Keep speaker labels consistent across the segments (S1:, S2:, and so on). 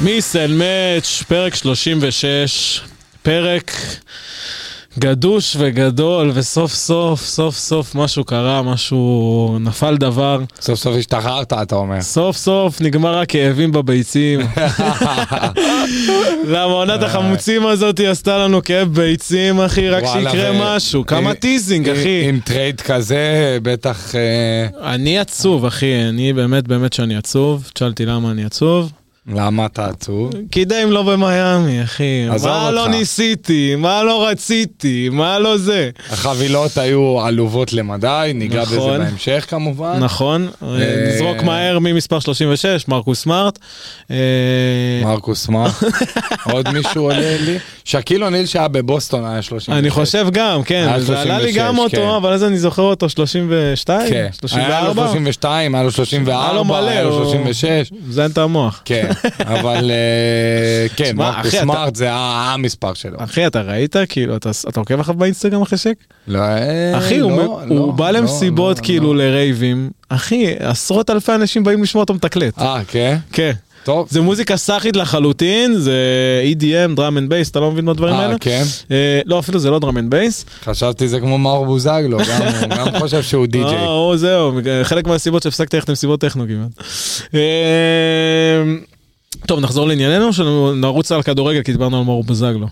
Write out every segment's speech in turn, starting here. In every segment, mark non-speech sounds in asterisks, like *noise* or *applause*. S1: מיס אנד מאץ', פרק 36, פרק גדוש וגדול, וסוף סוף, סוף סוף משהו קרה, משהו, נפל דבר,
S2: סוף סוף השתחררת, אתה אומר.
S1: סוף סוף נגמר הכאבים
S2: *laughs*
S1: בביצים. למה
S2: אה.
S1: עונת החמוצים הזאת עשתה לנו כאב ביצים, אחי, רק
S2: וואלה,
S1: שיקרה
S2: ו- אה,
S1: משהו. כמה
S2: עם-
S1: טיזינג,
S2: עם-
S1: אחי.
S2: עם טרייד כזה, בטח... אה,
S1: אני עצוב, אחי, אני באמת באמת שאני עצוב. תשאלתי למה אני עצוב.
S2: למה אתה
S1: *laughs*
S2: עצוב?
S1: כי דיים לא במיאמי, אחי.
S2: עזוב
S1: מה לא
S2: אותך.
S1: ניסיתי? מה לא רציתי? מה לא זה?
S2: החבילות היו עלובות למדי, ניגע בזה
S1: נכון.
S2: בהמשך כמובן.
S1: נכון,
S2: אה,
S1: נזרוק מהר ממספר 36, מרקוס סמארט. אה,
S2: מרקוס מה?
S1: *laughs*
S2: עוד מישהו עולה לי? שקיל אוניל שהיה בבוסטון היה 30.
S1: אני חושב גם, כן,
S2: היה
S1: זה עלה לי
S2: 36,
S1: גם
S2: כן.
S1: אותו, אבל אז אני זוכר אותו 32,
S2: כן. היה לו
S1: 34,
S2: 32, היה לו
S1: היה לו
S2: 34,
S1: מלא,
S2: היה לו
S1: הוא-
S2: 36.
S1: מזיין את המוח. *laughs*
S2: כן, אבל אה, כן,
S1: תשמע,
S2: מרקוס
S1: אחי, אתה-
S2: סמארט זה ה- המספר שלו.
S1: אחי, אתה ראית? כאילו, אתה אתה עוקב אחריו באינסטגרם אחרי שק?
S2: לא, אה,
S1: אחי, הוא
S2: לא,
S1: מ-
S2: לא,
S1: הוא בא
S2: לא,
S1: למסיבות,
S2: לא,
S1: כאילו,
S2: לא.
S1: לרייבים. אחי, עשרות אלפי אנשים באים לשמוע אותו מתקלט.
S2: אה, כן?
S1: כן.
S2: טוב.
S1: זה מוזיקה סאחית לחלוטין, זה E EDM, דראם אנד בייס, אתה לא מבין מהדברים
S2: אה,
S1: האלה?
S2: כן?
S1: אה, לא, אפילו זה לא דראם אנד בייס.
S2: חשבתי זה כמו מאור בוזגלו, גם
S1: *laughs*
S2: הוא גם חושב שהוא די-ג'יי.
S1: אה, או זהו, חלק מהסיבות שהפסקתי ללכת למסיבות טכנו כמעט. אה, טוב, נחזור לענייננו, או שנרוץ על כדורגל, כי דיברנו על מאור בוזגלו.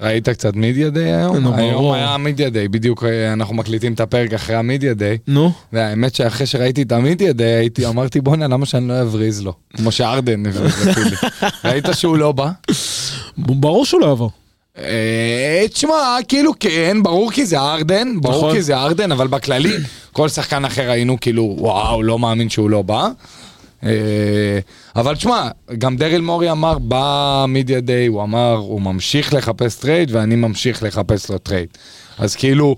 S2: ראית קצת מידיה דיי
S1: נו,
S2: היום?
S1: ברור.
S2: היום היה מידיה דיי, בדיוק אה, אנחנו מקליטים את הפרק אחרי המידיה דיי.
S1: נו,
S2: והאמת שאחרי שראיתי את המידיה דיי, הייתי, אמרתי בואנה למה שאני לא אבריז לו? כמו שארדן
S1: *laughs*
S2: הבריז לפילי. ראית שהוא לא בא?
S1: ברור שהוא לא יבוא.
S2: אה, תשמע, כאילו כן, ברור כי זה ארדן,
S1: נכון.
S2: ברור כי זה ארדן, אבל בכללי, כל שחקן אחר היינו כאילו, וואו, לא מאמין שהוא לא בא. אה, אבל תשמע, גם דריל מורי אמר, בא מידיה דיי, הוא אמר, הוא ממשיך לחפש טרייד ואני ממשיך לחפש לו טרייד. אז כאילו,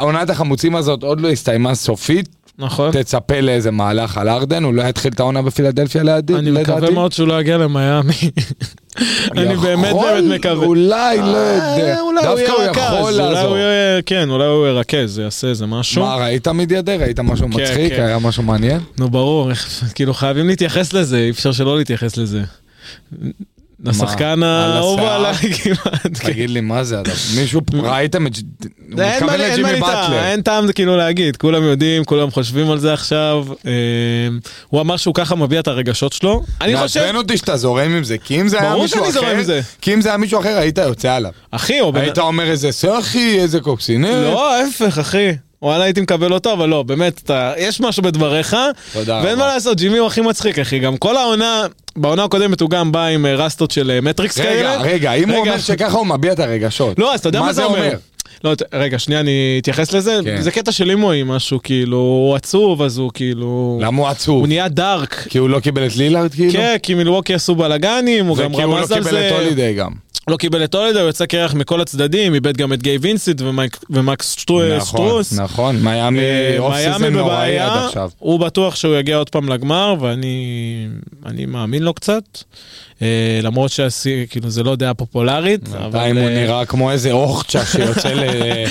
S2: עונת החמוצים הזאת עוד לא הסתיימה סופית,
S1: נכון.
S2: תצפה לאיזה מהלך על ארדן, הוא לא יתחיל את העונה בפילדלפיה לידי- לדעתי.
S1: אני מקווה מאוד שהוא לא יגיע
S2: *laughs*
S1: למיאמי. אני באמת
S2: יכול,
S1: באמת מקווה.
S2: אולי, לא יודע.
S1: אה, אולי
S2: דווקא הוא
S1: יהיה רכז,
S2: יכול
S1: אולי
S2: לעזור.
S1: הוא יהיה- כן, אולי הוא ירכז, זה יעשה איזה משהו.
S2: מה, ראית מידיאדי? ראית משהו
S1: כן,
S2: מצחיק?
S1: כן.
S2: היה משהו
S1: *laughs*
S2: מעניין?
S1: נו ברור, איך- כאילו חייבים להתייחס לזה, אי אפשר שלא להתייחס לזה. השחקן
S2: על
S1: האהוב
S2: השיער?
S1: עליי *laughs* כמעט. כן.
S2: תגיד לי, מה זה? אתה- *laughs* מישהו, ראיתם את... הוא
S1: לא. אין מה אין
S2: מתכוון
S1: מה
S2: לג'ימי
S1: לטעם,
S2: באטלר.
S1: אין טעם זה כאילו להגיד, כולם יודעים, כולם חושבים על זה עכשיו. אה, הוא אמר שהוא ככה מביע את הרגשות שלו. אני חושב,
S2: מעצבן אותי שאתה זורם עם זה, כי אם זה היה
S1: ברור
S2: מישהו
S1: שאני
S2: אחר,
S1: זורם עם זה.
S2: כי אם זה היה מישהו אחר, היית יוצא עליו.
S1: אחי, הוא בן-
S2: היית אומר איזה סחי, איזה קוקסינל.
S1: לא, ההפך, אחי. וואלה, הייתי מקבל אותו, אבל לא, באמת, אתה, יש משהו בדבריך.
S2: תודה
S1: ואין
S2: רבה.
S1: מה לעשות, ג'ימי הוא הכי מצחיק, אחי. גם כל העונה, בעונה הקודמת הוא גם בא עם אה, רסטות של אה, מטריקס כאלה.
S2: רגע, רגע, אם הוא
S1: רגע.
S2: אומר שככה הוא מביע את הרגשות.
S1: לא, אז אתה יודע מה זה אומר. לא, ת- רגע, שנייה, אני אתייחס לזה.
S2: כן.
S1: זה קטע של אימו עם משהו, כאילו, הוא עצוב, אז הוא כאילו...
S2: למה הוא עצוב?
S1: הוא נהיה דארק.
S2: כי הוא לא קיבל את לילארד כאילו?
S1: כן, כי מילווקי עשו בלאגנים, הוא גם
S2: וכי הוא לא
S1: רמז על
S2: קיבל את
S1: זה.
S2: הולידיי גם.
S1: לא קיבל את הולידה, הוא יצא קרח מכל הצדדים, איבד גם את גיי וינסית ומייק- ומקס שטרו-
S2: נכון,
S1: שטרוס.
S2: נכון,
S1: אה,
S2: מיאמי אוף
S1: מיאמי
S2: סיזן נוראי עד
S1: בבעיה,
S2: עכשיו.
S1: הוא בטוח שהוא יגיע עוד פעם לגמר, ואני אני מאמין לו קצת. אה, למרות שכאילו זה לא דעה פופולרית,
S2: בינתיים הוא
S1: אה,
S2: נראה כמו איזה אוכצ'ה שיוצא ל-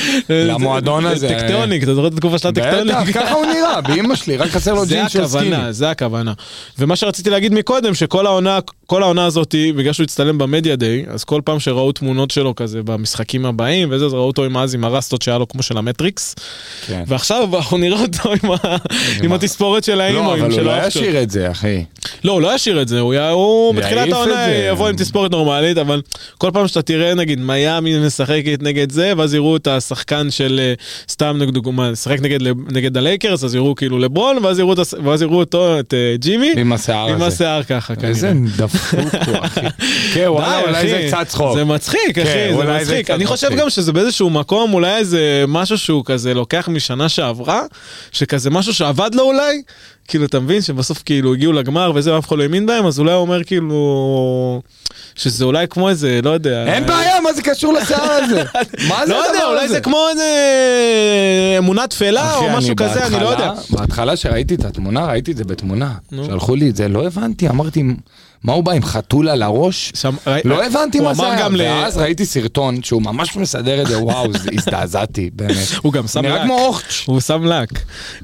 S1: *laughs*
S2: למועדון הזה.
S1: טקטוניק, אתה זוכר את התקופה של הטקטוניק?
S2: בטח, ככה הוא נראה, באמא שלי, רק חסר
S1: *laughs*
S2: לו
S1: זה
S2: ג'ין של סקיני.
S1: הכוונה, זה הכוונה. ומה שרציתי להגיד מקודם, שכל העונה, כל העונה הזאת, בגלל שהוא הצטלם במדיה דיי, אז כל פעם שראו תמונות שלו כזה במשחקים הבאים וזה, אז ראו אותו עם אז עם הרסטות שהיה לו כמו של המטריקס,
S2: כן.
S1: ועכשיו *laughs* אנחנו נראה אותו עם ה- עם
S2: מה?
S1: התספורת של
S2: לא,
S1: האימויים
S2: אבל הוא
S1: של
S2: לא
S1: האח שלו.
S2: ישאיר את זה, אחי.
S1: לא, הוא לא ישאיר את זה, הוא היה- הוא
S2: יעיף
S1: בתחילת
S2: את
S1: העונה
S2: זה.
S1: יבוא עם תספורת נורמלית, אבל כל פעם שאתה תראה, נגיד, מיאמי משחקת נגד זה, ואז יראו את השחקן של, אה, סתם נגד דוגמה, לשחק נגד לב- נגד הלייקרס, אז יראו כאילו לברון, ואז יראו את הס- ואז יראו אותו, את אה, ג'ימי,
S2: עם השיער
S1: עם
S2: הזה.
S1: השיער ככה,
S2: איזה
S1: כנראה.
S2: דפוק הוא,
S1: *laughs*
S2: אחי. כן, וואלה,
S1: די,
S2: אולי
S1: אחי,
S2: זה קצת צחוק. כן,
S1: זה מצחיק, אחי, זה
S2: אולי זה
S1: מצחיק.
S2: קצת
S1: אני חושב
S2: מצחיק.
S1: גם שזה באיזשהו מקום, אולי איזה משהו שהוא כזה לוקח משנה שעברה, שכזה משהו שעבד לו אולי, כאילו, אתה מבין שבסוף כאילו הגיעו לגמר וזה, ואף אחד לא האמין בהם, אז אולי הוא אומר כאילו, שזה אולי כמו איזה, לא יודע.
S2: אין בעיה, מה זה קשור לשיער
S1: *laughs*
S2: הזה? מה זה
S1: לא
S2: הדבר
S1: יודע, אולי
S2: הזה?
S1: זה כמו איזה אמונה תפלה
S2: אחי,
S1: או משהו כזה, אני לא יודע.
S2: בהתחלה- בהתחלה שראיתי את התמונה, ראיתי את זה בתמונה.
S1: נו.
S2: שלחו לי את זה, לא הבנתי, אמרתי, מה הוא בא עם חתול על הראש?
S1: שם- אה,
S2: לא הבנתי
S1: הוא
S2: מה
S1: אמר
S2: זה היה,
S1: גם ל-
S2: ואז ראיתי סרטון שהוא ממש מסדר את זה, וואו,
S1: *laughs*
S2: זה- הזדעזעתי, באמת.
S1: הוא גם שם
S2: נראה
S1: לק.
S2: כמו אוכץ'.
S1: הוא שם לק.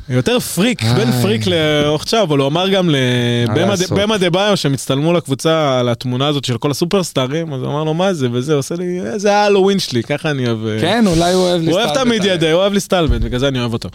S1: יותר פריק, בין
S2: איי.
S1: פריק ל... לאוכצ'ה, אבל הוא אמר גם לבמה ד-
S2: לעשות?
S1: במה דה ביו שהם הצטלמו לקבוצה על התמונה הזאת של כל הסופרסטארים, אז הוא אמר לו מה זה וזה, עושה לי, "אה, זה ההלווין שלי, ככה אני אוהב. אה,
S2: כן, אה. אולי הוא אוהב
S1: הוא אוהב את
S2: להסתלבט
S1: המידיה
S2: עליהם.
S1: די, הוא אוהב להסתלבט, בגלל זה אני אוהב אותו.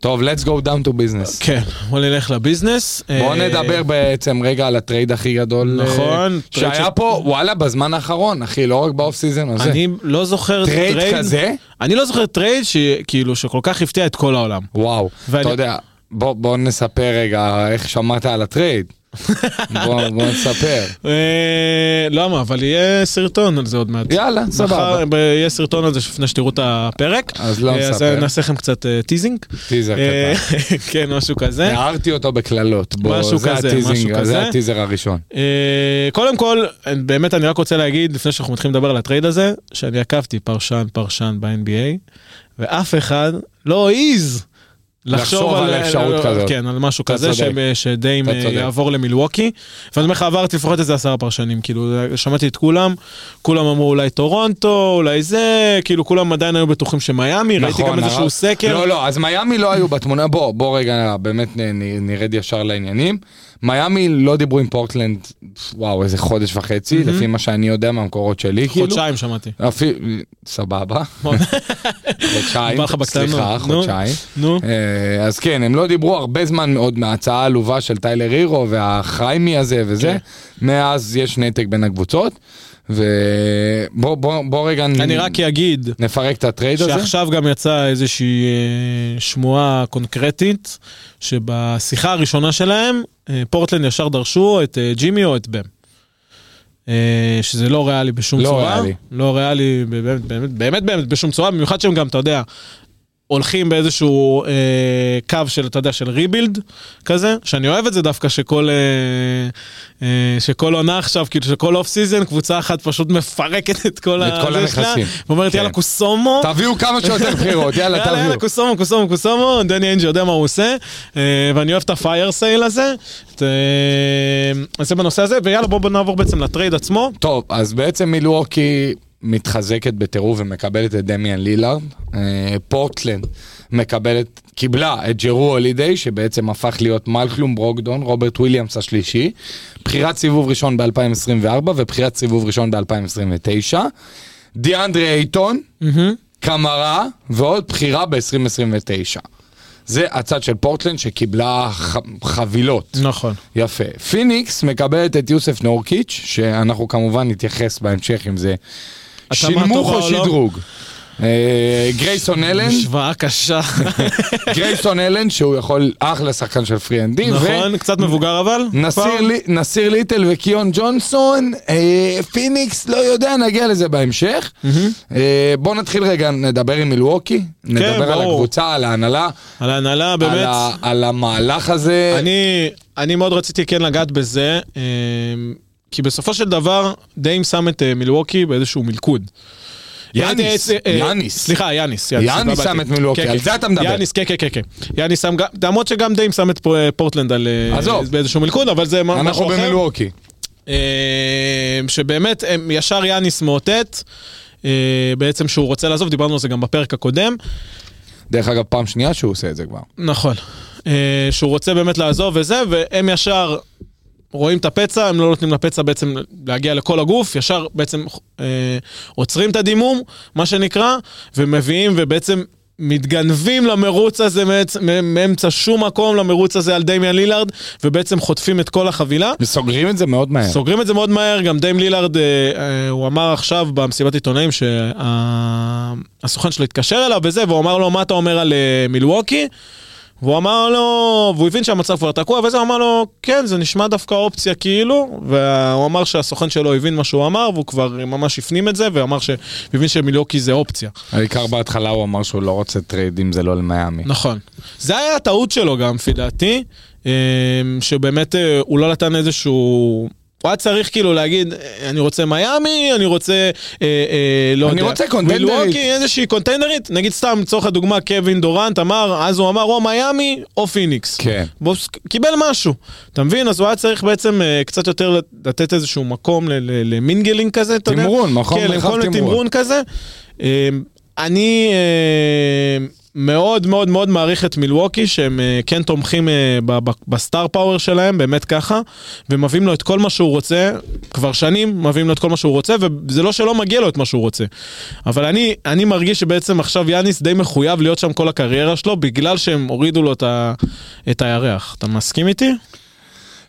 S2: טוב, let's go down to business.
S1: כן, בוא נלך לביזנס.
S2: בואו
S1: אה,
S2: נדבר בעצם רגע על הטרייד הכי גדול. אה,
S1: נכון, טרייד
S2: שהיה
S1: ש-
S2: פה, וואלה, בזמן האחרון, אחי, לא רק באוף סיזן הזה.
S1: אני לא זוכר
S2: טרייד כזה?
S1: אני לא זוכר טרייד שכאילו שכל כך הפתיע את כל העולם.
S2: וואו,
S1: ואני-
S2: אתה יודע, בוא, בוא נספר רגע איך שמעת
S1: *laughs*
S2: על הטרייד. בוא, בוא נספר.
S1: אה, למה? אבל יהיה סרטון על זה עוד מעט.
S2: יאללה, סבבה.
S1: מחר ב- יהיה סרטון על זה לפני שתראו את הפרק.
S2: אז לא
S1: אה,
S2: נספר.
S1: נעשה לכם קצת אה, טיזינג.
S2: טיזר
S1: אה, *laughs*
S2: קטן.
S1: כן, משהו כזה.
S2: הערתי אותו בקללות. בוא,
S1: משהו
S2: זה
S1: כזה,
S2: הטיזינג,
S1: משהו
S2: זה
S1: כזה.
S2: הטיזר הראשון.
S1: אה, קודם כל, באמת אני רק רוצה להגיד, לפני שאנחנו מתחילים לדבר על הטרייד הזה, שאני עקבתי פרשן פרשן ב-NBA, ואף אחד לא העז
S2: לחשוב על אפשרות כזאת.
S1: כן, על משהו
S2: אתה
S1: כזה ש-
S2: צודק.
S1: שדי
S2: אתה
S1: אה,
S2: צודק.
S1: יעבור למילווקי. ואני אומר לך, עברתי לפחות איזה עשרה פרשנים, כאילו, זה- שמעתי את כולם, כולם אמרו אולי טורונטו, אולי זה, כאילו כולם עדיין היו בטוחים שמיאמי, ראיתי גם
S2: נכון, הרב-
S1: איזשהו סקר.
S2: לא, לא, אז מיאמי לא היו בתמונה. בוא, בוא רגע, באמת נ- נ- נרד ישר לעניינים. מיאמי לא דיברו עם פורטלנד, וואו, איזה חודש וחצי, לפי מה שאני יודע מהמקורות שלי, כאילו.
S1: חודשיים שמעתי.
S2: אפילו, סבבה. חודשיים,
S1: בא לך בקטנות.
S2: סליחה,
S1: נו.
S2: חודשיים.
S1: נו.
S2: אה, אז כן, הם לא דיברו הרבה זמן מאוד מההצעה העלובה של טיילר הירו והחיימי הזה וזה.
S1: כן.
S2: מאז יש נתק בין הקבוצות. ובוא בוא, בוא רגע נ-
S1: אני רק אגיד,
S2: נפרק את הטרייד הזה.
S1: שעכשיו גם יצאה איזושהי אה, שמועה קונקרטית, שבשיחה הראשונה שלהם, אה, פורטלנד ישר דרשו את אה, ג'ימי או את בם. אה, שזה לא ריאלי בשום
S2: לא
S1: צורה.
S2: ריאלי.
S1: לא ריאלי. באמת, באמת, באמת, באמת, בשום צורה, במיוחד שהם גם, אתה יודע, הולכים באיזשהו אה, קו של, אתה יודע, של ריבילד כזה, שאני אוהב את זה דווקא, שכל, אה, אה, שכל עונה עכשיו, כאילו שכל אוף סיזן, קבוצה אחת פשוט מפרקת את כל,
S2: את
S1: ה-
S2: כל
S1: זה שלה,
S2: הנכסים.
S1: ואומרת,
S2: כן.
S1: יאללה, קוסומו.
S2: תביאו כמה שיותר בחירות,
S1: *laughs*
S2: יאללה
S1: יאללה, יאללה,
S2: תביאו.
S1: קוסומו, קוסומו, קוסומו, דני אינג' יודע מה הוא עושה, אה, ואני אוהב את הפייר סייל הזה. את, אה, אז זה בנושא הזה, ויאללה, בואו נעבור בעצם לטרייד עצמו.
S2: טוב, אז בעצם מילווקי מתחזקת בטירוף ומקבלת את דמיאן לילארד. אה, פורטלנד מקבלת, קיבלה את ג'רו הולידיי, שבעצם הפך להיות מלכלום ברוקדון, רוברט וויליאמס השלישי. בחירת סיבוב ראשון ב-2024 ובחירת סיבוב ראשון ב-2029. דיאנדרי אייטון, קמרה ועוד בחירה ב-2029. זה הצד של פורטלנד שקיבלה ח- חבילות.
S1: נכון.
S2: יפה. פיניקס מקבלת את יוסף נורקיץ', שאנחנו כמובן נתייחס בהמשך אם זה שינמוך
S1: טובה
S2: או
S1: או לא?
S2: שדרוג. אה,
S1: *laughs*
S2: גרייסון אלן,
S1: משוואה קשה.
S2: גרייסון אלן שהוא יכול אחלה שחקן של פרי אנד די,
S1: נכון, קצת מבוגר אבל. כבר.
S2: נסיר ליטל וקיון ג'ונסון, אה, פיניקס, לא יודע, נגיע לזה בהמשך. אה, בואו נתחיל רגע, נדבר עם מילווקי, נדבר על
S1: כן, ברור.
S2: הקבוצה, על ההנהלה,
S1: על ההנהלה,
S2: על
S1: באמת.
S2: ה- על המהלך הזה.
S1: אני, אני מאוד רציתי כן לגעת בזה, אה, כי בסופו של דבר דיים שם את אה, מילווקי באיזשהו מלכוד.
S2: יאניס,
S1: אה, אה,
S2: יאניס.
S1: סליחה, יאניס.
S2: יאניס
S1: התבלבלתי.
S2: שם את מילווקי,
S1: כן,
S2: על
S1: כן.
S2: זה אתה מדבר.
S1: יאניס, כן, כן, כן, כן. יאניס שם גם, למרות שגם דיים שם את פו- אה, פורטלנד על... אה,
S2: עזוב.
S1: באיזשהו מלכוד, אבל זה מה-
S2: אנחנו
S1: משהו אחר.
S2: במילווקי.
S1: אה, שבאמת הם ישר יאניס מאותת, אה, בעצם שהוא רוצה לעזוב, דיברנו על זה גם בפרק הקודם.
S2: דרך אגב, פעם שנייה שהוא עושה את זה כבר.
S1: נכון. אה, שהוא רוצה באמת לעזוב וזה, והם ישר רואים את הפצע, הם לא נותנים לפצע בעצם להגיע לכל הגוף, ישר בעצם אה, עוצרים את הדימום, מה שנקרא, ומביאים ובעצם... מתגנבים למרוץ הזה מאצ- מ- מאמצע שום מקום, למרוץ הזה על דמיאן לילארד, ובעצם חוטפים את כל החבילה.
S2: וסוגרים את זה מאוד מהר.
S1: סוגרים את זה מאוד מהר, גם דיים לילארד, אה, אה, הוא אמר עכשיו במסיבת עיתונאים שהסוכן שלו התקשר אליו וזה, והוא אמר לו, מה אתה אומר על אה, מילווקי? והוא אמר לו, והוא הבין שהמצב כבר תקוע, וזה, הוא אמר לו, כן, זה נשמע דווקא אופציה כאילו, והוא אמר שהסוכן שלו הבין מה שהוא אמר, והוא כבר ממש הפנים את זה, ואמר ש... הבין שמילווקי זה אופציה.
S2: העיקר בהתחלה הוא אמר שהוא לא רוצה טרייד אם זה לא למיאמי.
S1: נכון. זה היה הטעות שלו גם, לפי דעתי, אה, שבאמת אה, הוא לא נתן איזשהו... הוא היה צריך כאילו להגיד, אה, אני רוצה מיאמי, אני רוצה, אה, אה, לא
S2: אני
S1: יודע.
S2: רוצה קונטנדרית.
S1: מילווקי, איזושהי קונטנדרית. נגיד סתם, לצורך הדוגמה, קווין דורנט אמר, אז הוא אמר, או מיאמי או פיניקס.
S2: כן.
S1: בוס קיבל משהו, אתה מבין? אז הוא היה צריך בעצם אה, קצת יותר לתת איזשהו מקום ל- ל- למינגלינג כזה, אתה יודע?
S2: תמרון, מקום
S1: כן,
S2: מרחב
S1: למקום
S2: תמרון.
S1: לתמרון כזה. אה, אני אה, מאוד מאוד מאוד מעריך את מילווקי, שהם אה, כן תומכים אה, ב- ב- בסטאר פאוור שלהם, באמת ככה, ומביאים לו את כל מה שהוא רוצה, כבר שנים מביאים לו את כל מה שהוא רוצה, וזה לא שלא מגיע לו את מה שהוא רוצה. אבל אני, אני מרגיש שבעצם עכשיו יאניס די מחויב להיות שם כל הקריירה שלו, בגלל שהם הורידו לו את, ה, את הירח. אתה מסכים איתי?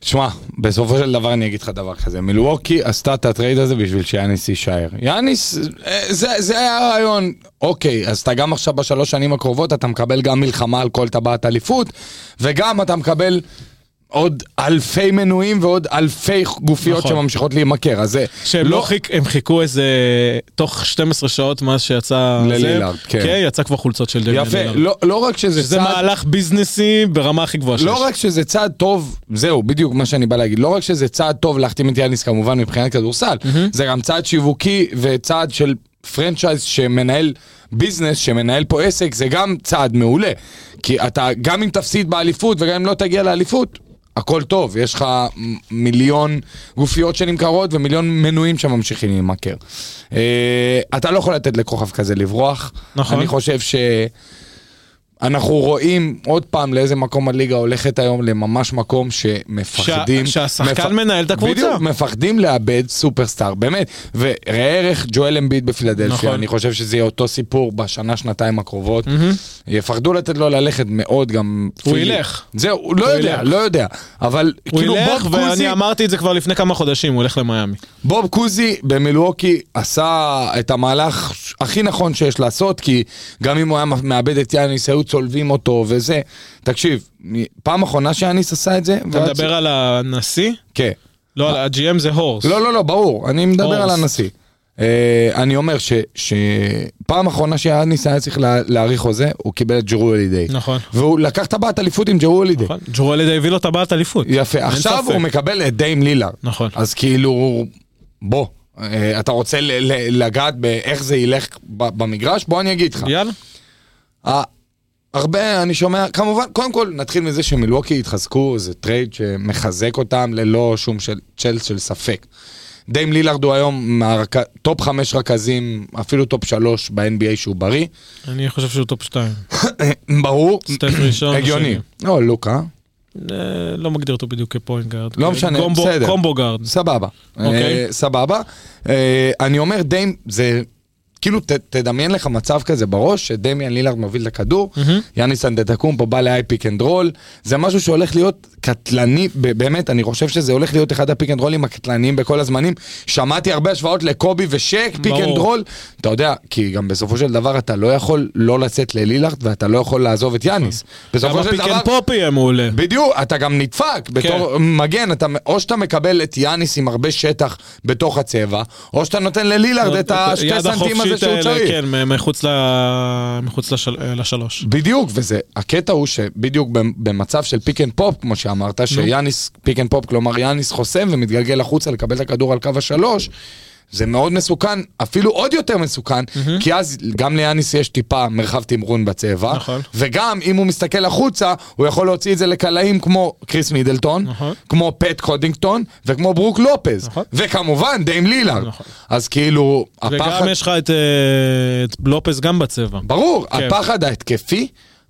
S2: שמע, בסופו של דבר אני אגיד לך דבר כזה, מילווקי עשתה את הטרייד הזה בשביל שיאניס יישאר. יאניס, אה, זה, זה היה הרעיון. אוקיי, אז אתה גם עכשיו בשלוש שנים הקרובות, אתה מקבל גם מלחמה על כל טבעת אליפות, וגם אתה מקבל עוד אלפי מנויים ועוד אלפי גופיות
S1: נכון.
S2: שממשיכות להימכר. אז זה
S1: שהם לא חיק, הם חיכו איזה, תוך 12 שעות מאז שיצא... זה,
S2: ללילארד, כן.
S1: כן, יצא כבר חולצות של דמיין
S2: יפה, לא, לא רק שזה,
S1: שזה
S2: צעד-
S1: מהלך ביזנסי ברמה הכי גבוהה שיש.
S2: לא רק שזה צעד טוב, זהו, בדיוק מה שאני בא להגיד, לא רק שזה צעד טוב להחתים את יאניס כמובן מבחינת כדורסל, זה גם צעד שיווקי וצעד של פרנצ'ייז שמנהל ביזנס, שמנהל פה עסק, זה גם צעד מעולה. כי אתה, גם אם תפסיד באליפות וגם אם לא תגיע לאליפות, הכל טוב, יש לך מ- מיליון גופיות שנמכרות ומיליון מנויים שממשיכים להימכר. אה, אתה לא יכול לתת לכוכב כזה לברוח.
S1: נכון.
S2: אני חושב ש... אנחנו רואים עוד פעם לאיזה מקום הליגה הולכת היום, לממש מקום שמפחדים.
S1: שה- שהשחקן מנהל את הקבוצה.
S2: בדיוק, מפחדים לאבד סופרסטאר, באמת. וראה ערך ג'ואל אמביד בפילדלפיה,
S1: נכון.
S2: נכון. אני חושב שזה יהיה אותו סיפור בשנה, שנתיים הקרובות. Mm-hmm. יפחדו לתת לו ללכת מאוד גם...
S1: הוא
S2: פילי.
S1: ילך.
S2: זהו, הוא לא
S1: הוא
S2: יודע,
S1: ילך.
S2: לא יודע. אבל
S1: הוא
S2: כאילו
S1: ילך,
S2: בוב קוזי,
S1: ואני אמרתי את זה כבר לפני כמה חודשים, הוא ילך למיאמי.
S2: בוב קוזי במילווקי עשה את המהלך הכי נכון שיש לעשות, כי גם אם הוא היה מאבד את יאניס, היו צולבים אותו וזה. תקשיב, פעם אחרונה שיאניס עשה את זה...
S1: אתה
S2: ועד
S1: מדבר על הנשיא?
S2: כן.
S1: לא, על ה-GM זה הורס.
S2: לא, לא, לא, ברור, אני מדבר על
S1: הורס.
S2: הנשיא. אה, אני אומר ש- שפעם אחרונה שיאניס היה צריך לה- להאריך חוזה, הוא קיבל את ג'רו אלידי.
S1: נכון.
S2: והוא לקח טבעת אליפות עם ג'רו אלידי.
S1: נכון. ג'ורלד הביא לו טבעת אליפות.
S2: יפה,
S1: אין
S2: עכשיו
S1: ספק.
S2: הוא מקבל את דיים לילארד.
S1: נכון.
S2: אז כאילו, בוא, אה, אתה רוצה ל- ל- לגעת באיך זה ילך ב- במגרש? בוא אני אגיד לך.
S1: יאללה.
S2: אה, הרבה, אני שומע, כמובן, קודם כל נתחיל מזה שמילווקי התחזקו, זה טרייד שמחזק אותם ללא שום של, צ'ל של ספק. דיים לילארד הוא היום מהרכ... טופ חמש רכזים, אפילו טופ שלוש ב-NBA שהוא בריא.
S1: אני חושב שהוא טופ 2.
S2: ברור, *coughs*
S1: סטף ראשון.
S2: הגיוני.
S1: השני.
S2: לא, לוקה,
S1: אה, לא מגדיר אותו בדיוק כפוינט גארד.
S2: לא משנה,
S1: קומבו-
S2: בסדר.
S1: קומבו גארד.
S2: סבבה.
S1: אוקיי.
S2: אה, סבבה. אה, אני אומר, דיים, זה... כאילו, ת, תדמיין לך מצב כזה בראש, שדמיאן לילארד מוביל את הכדור, יאניס אנדטקומפו בא ל-high pick and roll, זה משהו שהולך להיות קטלני, ב- באמת, אני חושב שזה הולך להיות אחד הפיק אנד רולים הקטלניים בכל הזמנים. שמעתי הרבה השוואות לקובי ושק, פיק
S1: ברור.
S2: אנד רול, אתה יודע, כי גם בסופו של דבר אתה לא יכול לא לצאת ללילארד ואתה לא יכול לעזוב את יאניס.
S1: גם
S2: בסופו של
S1: הפיק
S2: דבר,
S1: אנד פופ יהיה מעולה.
S2: בדיוק, אתה גם
S1: כן.
S2: נדפק בתור מגן, אתה, או שאתה מקבל את יאניס עם הרבה שטח בתוך הצבע, או שאתה נותן ללילארד את השתי
S1: יד
S2: סנטים הזה
S1: החופשית
S2: שהוא
S1: האלה,
S2: צריך.
S1: כן, מ- מחוץ ל- מחוץ לשל- אה, לשלוש.
S2: בדיוק, וזה, הקטע הוא שבדיוק במ- במצב של פיק אנד פופ, כמו שאמרת, שיאניס, פיק אנד פופ, כלומר יאניס חוסם ומתגלגל החוצה לקבל את הכדור על קו השלוש, זה מאוד מסוכן, אפילו עוד יותר מסוכן, כי אז גם ליאניס יש טיפה מרחב תמרון בצבע,
S1: נכון.
S2: וגם אם הוא מסתכל החוצה, הוא יכול להוציא את זה לקלעים כמו קריס מידלטון,
S1: נכון.
S2: כמו פט קודינגטון, וכמו ברוק לופז,
S1: נכון.
S2: וכמובן דיים לילארד.
S1: נכון.
S2: אז כאילו,
S1: וגם יש לך את אה, את לופס גם בצבע.
S2: ברור,
S1: כן.
S2: הפחד ההתקפי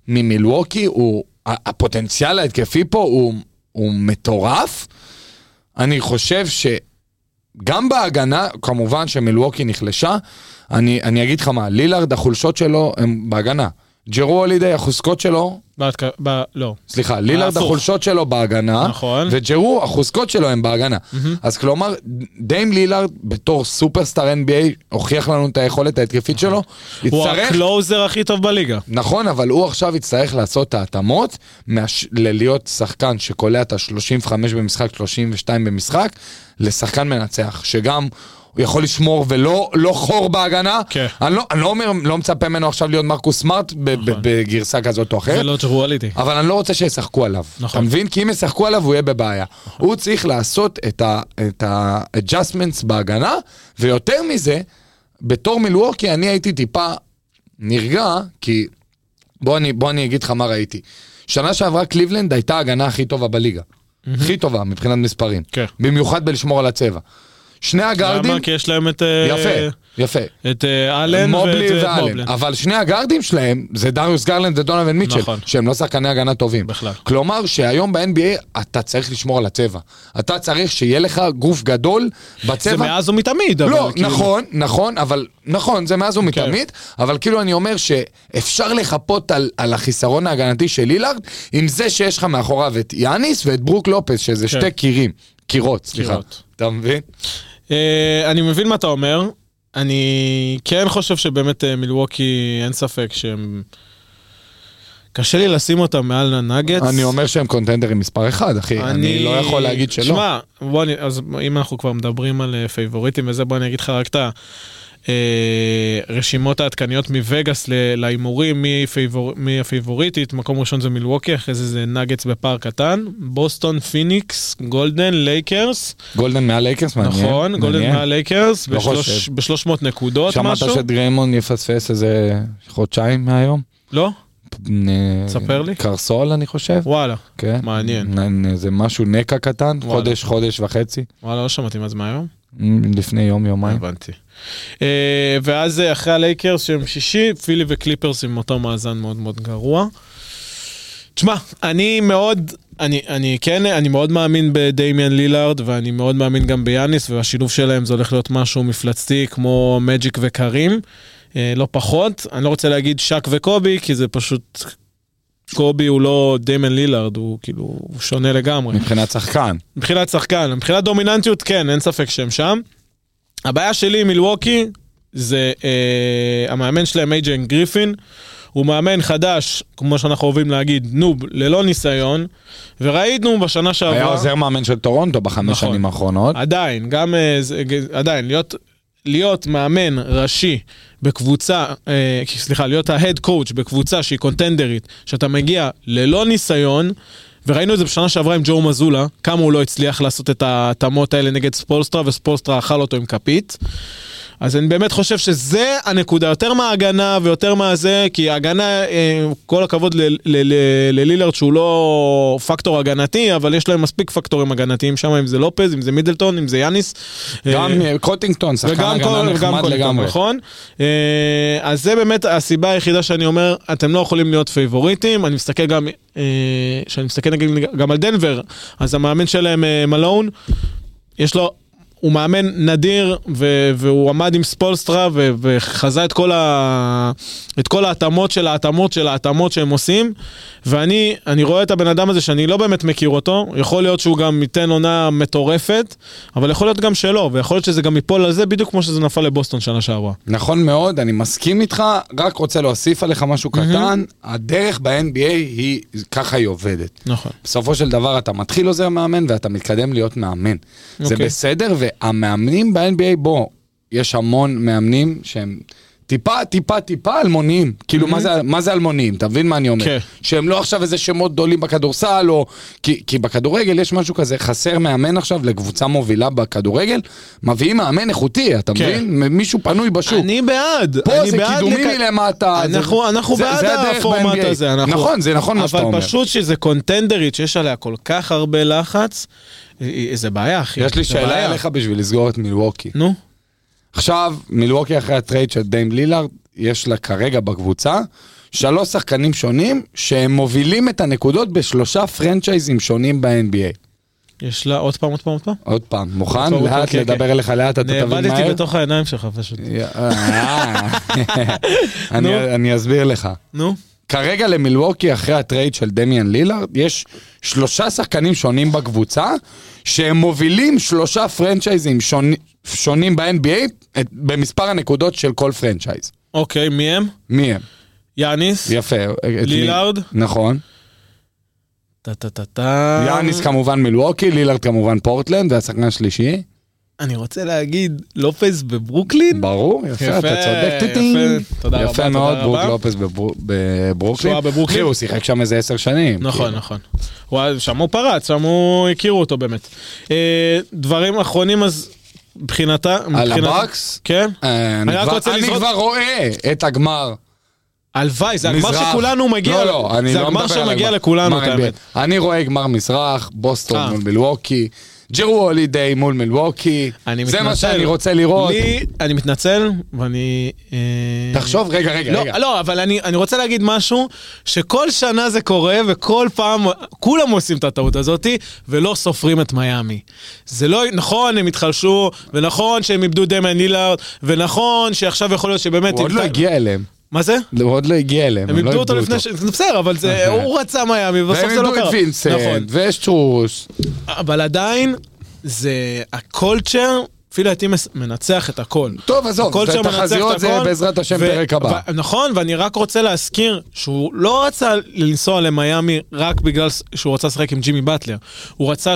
S2: ממילווקי הוא, ה- הפוטנציאל ההתקפי פה הוא, הוא מטורף. אני חושב שגם בהגנה, כמובן שמילווקי נחלשה, אני, אני אגיד לך מה, לילארד החולשות שלו הם בהגנה. ג'רו הולידי החוזקות שלו,
S1: בהתק- ב- לא.
S2: סליחה, לילארד
S1: הפוך.
S2: החולשות שלו בהגנה,
S1: נכון.
S2: וג'רו החוזקות שלו הם בהגנה. אז כלומר, דיים לילארד בתור סופרסטאר NBA הוכיח לנו את היכולת ההתקפית שלו,
S1: נכון. הוא
S2: יצטרך...
S1: הקלוזר הכי טוב בליגה.
S2: נכון, אבל הוא עכשיו יצטרך לעשות את ההתאמות מהש... ללהיות שחקן שקולע את ה-35 במשחק, 32 במשחק, לשחקן מנצח, שגם הוא יכול לשמור ולא לא חור בהגנה.
S1: כן.
S2: אני לא, אני לא אומר, לא מצפה ממנו עכשיו להיות מרקוס סמארט ב- ב- בגרסה כזאת או אחרת.
S1: ולא ג'רואליטי.
S2: אבל אני לא רוצה שישחקו עליו.
S1: נכון.
S2: אתה מבין? כי אם ישחקו עליו, הוא יהיה בבעיה. הוא צריך לעשות את ה- את ה-adjustments בהגנה, ויותר מזה, בתור מילווקי אני הייתי טיפה נרגע, כי בוא אני, בוא אני אגיד לך מה ראיתי. שנה שעברה קליבלנד הייתה ההגנה הכי טובה בליגה. הכי טובה מבחינת מספרים.
S1: כן.
S2: במיוחד בלשמור על הצבע. שני הגארדים,
S1: למה? כי יש להם את... אה,
S2: יפה, יפה.
S1: את אה, אלן
S2: מובלי
S1: ואת אה,
S2: ואלן.
S1: מובלי.
S2: אבל שני הגארדים שלהם זה דריוס גרלנד ודונלבן מיטשל,
S1: נכון.
S2: שהם לא שחקני הגנה טובים.
S1: בכלל.
S2: כלומר שהיום ב-NBA אתה צריך לשמור על הצבע. אתה צריך שיהיה לך גוף גדול
S1: זה
S2: בצבע.
S1: מאז ומתמיד. אבל
S2: לא,
S1: כאילו- כן.
S2: נכון, נכון, אבל נכון, זה מאז ומתמיד, אבל כאילו אני אומר שאפשר לחפות על, על החיסרון ההגנתי של לילארד עם זה שיש לך מאחוריו את יאניס ואת ברוק לופס, שזה
S1: כן.
S2: שתי קירים, קירות, סליחה.
S1: קירות.
S2: אתה מבין?
S1: אה, אני מבין מה אתה אומר. אני כן חושב שבאמת אה, מילווקי, אין ספק שהם... קשה לי לשים אותם מעל הנאגטס.
S2: אני אומר שהם קונטנדרים מספר אחד, אחי, אני לא יכול להגיד שלא.
S1: שמע, בוא, אני- אז אם אנחנו כבר מדברים על אה, פייבוריטים וזה, בוא אני אגיד לך רק את הרשימות העדכניות מווגאס ל- להימורים, מי, פייבור, מי הפייבוריטית, מקום ראשון זה מילווקי, אחרי זה זה נאגטס בפער קטן, בוסטון, פיניקס, גולדן, לייקרס,
S2: גולדן מעל לייקרס, מעניין.
S1: נכון, גולדן
S2: מעניין.
S1: מהלייקרס,
S2: לא
S1: בשלוש-
S2: חושב.
S1: ב-300 נקודות
S2: שמעת
S1: משהו.
S2: שדריימון יפספס איזה חודשיים מהיום?
S1: לא?
S2: אה,
S1: ספר לי.
S2: קרסול, אני חושב.
S1: וואלה,
S2: כן.
S1: מעניין.
S2: נ- זה משהו נקע קטן,
S1: וואלה.
S2: חודש, חודש וחצי.
S1: וואלה, לא שמעתי מה זה מהיום.
S2: לפני יום, יומיים.
S1: הבנתי. אה, ואז אה, אחרי הלייקרס שהם שישי, פילי וקליפרס עם אותו מאזן מאוד מאוד גרוע. תשמע, אני מאוד, אני, אני כן, אני מאוד מאמין בדמיאן לילארד, ואני מאוד מאמין גם ביאניס, והשילוב שלהם זה הולך להיות משהו מפלצתי כמו מג'יק וקרים, אה, לא פחות. אני לא רוצה להגיד שק וקובי, כי זה פשוט... קובי הוא לא דמיאן לילארד, הוא כאילו, הוא שונה לגמרי.
S2: מבחינת שחקן.
S1: מבחינת שחקן, מבחינת דומיננטיות כן, אין ספק שהם שם. הבעיה שלי עם מילווקי זה אה, המאמן שלהם אייג'ן גריפין. הוא מאמן חדש, כמו שאנחנו אוהבים להגיד, נוב, ללא ניסיון, וראינו בשנה שעברה...
S2: היה עוזר מאמן של טורונטו בחמש
S1: לא? נכון.
S2: שנים האחרונות.
S1: עדיין, גם אה, זה- ג- עדיין, להיות, להיות מאמן ראשי בקבוצה, אה, כי- סליחה, להיות ההד קואוץ' בקבוצה שהיא קונטנדרית, שאתה מגיע ללא ניסיון, וראינו את זה בשנה שעברה עם ג'ו מזולה, כמה הוא לא הצליח לעשות את ההתאמות האלה נגד ספולסטרה, וספולסטרה אכל אותו עם כפית. אז אני באמת חושב שזה הנקודה, יותר מההגנה ויותר מהזה, כי ההגנה, אה, כל הכבוד ל- ל- ל- ללילארד שהוא לא פקטור הגנתי, אבל יש להם מספיק פקטורים הגנתיים שם, אם זה לופז, אם זה מידלטון, אם זה יאניס.
S2: גם
S1: אה,
S2: אה, קוטינגטון, שחקן
S1: וגם כל,
S2: הגנה
S1: וגם
S2: נחמד
S1: כל,
S2: לגמרי.
S1: נכון? אה, אז זה באמת הסיבה היחידה שאני אומר, אתם לא יכולים להיות פייבוריטים. אני מסתכל גם, אה, כשאני מסתכל נגיד גם על דנבר, אז המאמן שלהם, אה, מלון, יש לו... הוא מאמן נדיר, ו- והוא עמד עם ספולסטרה ו- וחזה את כל, ה- את כל ההתאמות של ההתאמות של ההתאמות שהם עושים. ואני אני רואה את הבן אדם הזה שאני לא באמת מכיר אותו, יכול להיות שהוא גם ייתן עונה מטורפת, אבל יכול להיות גם שלא, ויכול להיות שזה גם ייפול על זה בדיוק כמו שזה נפל לבוסטון שנה שעברה.
S2: נכון מאוד, אני מסכים איתך, רק רוצה להוסיף עליך משהו קטן, הדרך ב-NBA היא, ככה היא עובדת.
S1: נכון.
S2: בסופו של דבר אתה מתחיל עוזר מאמן ואתה מתקדם להיות מאמן. Okay. זה
S1: אוקיי.
S2: בסדר, והמאמנים ב-NBA, בוא, יש המון מאמנים שהם טיפה, טיפה, טיפה אלמוניים. כאילו, מה, זה, מה זה אלמוניים? אתה מבין מה אני אומר?
S1: אוקיי. כן.
S2: שהם לא עכשיו איזה שמות גדולים בכדורסל, או... כי, כי בכדורגל יש משהו כזה, חסר מאמן עכשיו לקבוצה מובילה בכדורגל, מביאים מאמן איכותי, אתה
S1: כן.
S2: מבין? מ- מישהו פנוי בשוק.
S1: אני בעד.
S2: פה
S1: אני
S2: זה
S1: בעד
S2: קידומים
S1: לק-
S2: מלמטה. זה-
S1: אנחנו, אנחנו
S2: זה-
S1: בעד
S2: זה הדרך
S1: הפורמט
S2: ב-NBA.
S1: הזה. אנחנו...
S2: נכון, זה נכון מה שאתה אומר.
S1: אבל פשוט שזה קונטנדרית שיש עליה כל כך הרבה לחץ, אה, אה, זה בעיה, אחי.
S2: יש לי
S1: זה
S2: שאלה
S1: בעיה.
S2: אליך בשביל לסגור את מילווקי.
S1: נו,
S2: עכשיו, מילווקי אחרי הטרייד של דיים לילארד, יש לה כרגע בקבוצה שלוש שחקנים שונים שהם מובילים את הנקודות בשלושה פרנצ'ייזים שונים ב-NBA.
S1: יש לה עוד פעם, עוד פעם, עוד פעם.
S2: עוד פעם, מוכן?
S1: אוקיי,
S2: לאט
S1: אוקיי,
S2: לדבר
S1: אוקיי.
S2: אליך לאט, אתה תבין
S1: נאבדתי
S2: מהר?
S1: בתוך העיניים שלך פשוט.
S2: אה, *laughs*
S1: נו.
S2: אני אני אסביר לך.
S1: נו.
S2: כרגע למילווקי אחרי הטרייד של דמיאן לילארד, יש שלושה שחקנים שונים בקבוצה, שהם מובילים שלושה פרנצ'ייזים שונ- שונים ב-NBA את- במספר הנקודות של כל פרנצ'ייז.
S1: אוקיי, מי הם?
S2: מי הם?
S1: יאניס?
S2: יפה. אה, את מי-
S1: לילארד?
S2: נכון.
S1: טה טה טה טה.
S2: יאניס כמובן מילווקי, לילארד כמובן פורטלנד, והשחקן השלישי.
S1: אני רוצה להגיד, לופז בברוקלין?
S2: ברור, יפה, אתה צודק.
S1: יפה,
S2: טי-טינג.
S1: תודה רבה,
S2: יפה
S1: תודה
S2: מאוד, ברוק
S1: רבה.
S2: לופס בברו- בברוקלין.
S1: שהוא היה בברוקלין?
S2: אחי, הוא שיחק שם איזה עשר שנים. אה,
S1: נכון, נכון. הוא היה- שם הוא פרץ, שם הוא הכירו אותו באמת. אה, דברים אחרונים אז מבחינתה...
S2: על
S1: מבחינת-
S2: הבקס?
S1: כן.
S2: אה, אני
S1: אני רק
S2: כבר-
S1: רוצה
S2: אני
S1: לזרוק-
S2: כבר רואה את הגמר.
S1: הלוואי, זה הגמר
S2: מזרח.
S1: שכולנו מגיע...
S2: לא, לא, אני
S1: זה
S2: לא
S1: הגמר
S2: מדבר על
S1: שמגיע
S2: הגמר.
S1: לכולנו,
S2: גמר
S1: את האמת.
S2: NBA. אני רואה גמר מזרח, בוסטון
S1: אה.
S2: מול מילווקי, ג'רו הולידיי מול מילווקי,
S1: אני
S2: זה מה
S1: מתנצל.
S2: שאני רוצה לראות.
S1: לי, אני מתנצל, ואני... אה,
S2: תחשוב, רגע, רגע,
S1: לא,
S2: רגע.
S1: לא, אבל אני, אני רוצה להגיד משהו, שכל שנה זה קורה, וכל פעם כולם עושים את הטעות הזאתי, ולא סופרים את מיאמי. זה לא, נכון, הם התחלשו, ונכון שהם איבדו דמיין לילארד, ונכון שעכשיו יכול להיות שבאמת...
S2: הוא עוד
S1: אם-
S2: לא הגיע אליהם.
S1: מה זה?
S2: הוא עוד לא הגיע אליהם.
S1: הם
S2: לא
S1: איבדו אותו לפני ש... זה בסדר, אבל זה,
S2: אוקיי.
S1: הוא רצה מיאמי, ובסוף
S2: והם
S1: זה לא
S2: איבדו
S1: קרה.
S2: את וינסנט,
S1: נכון.
S2: ושטרוס.
S1: אבל עדיין, זה הקולצ'ר, לפי דעתי מס- מנצח את הכל.
S2: טוב, עזוב,
S1: הכל
S2: זה
S1: שם מנצח את
S2: תחזיות זה
S1: הכל,
S2: בעזרת השם פרק הבא.
S1: ו- נכון, ואני רק רוצה להזכיר שהוא לא רצה לנסוע למיאמי רק בגלל ס- שהוא רצה לשחק עם ג'ימי באטלר. הוא רצה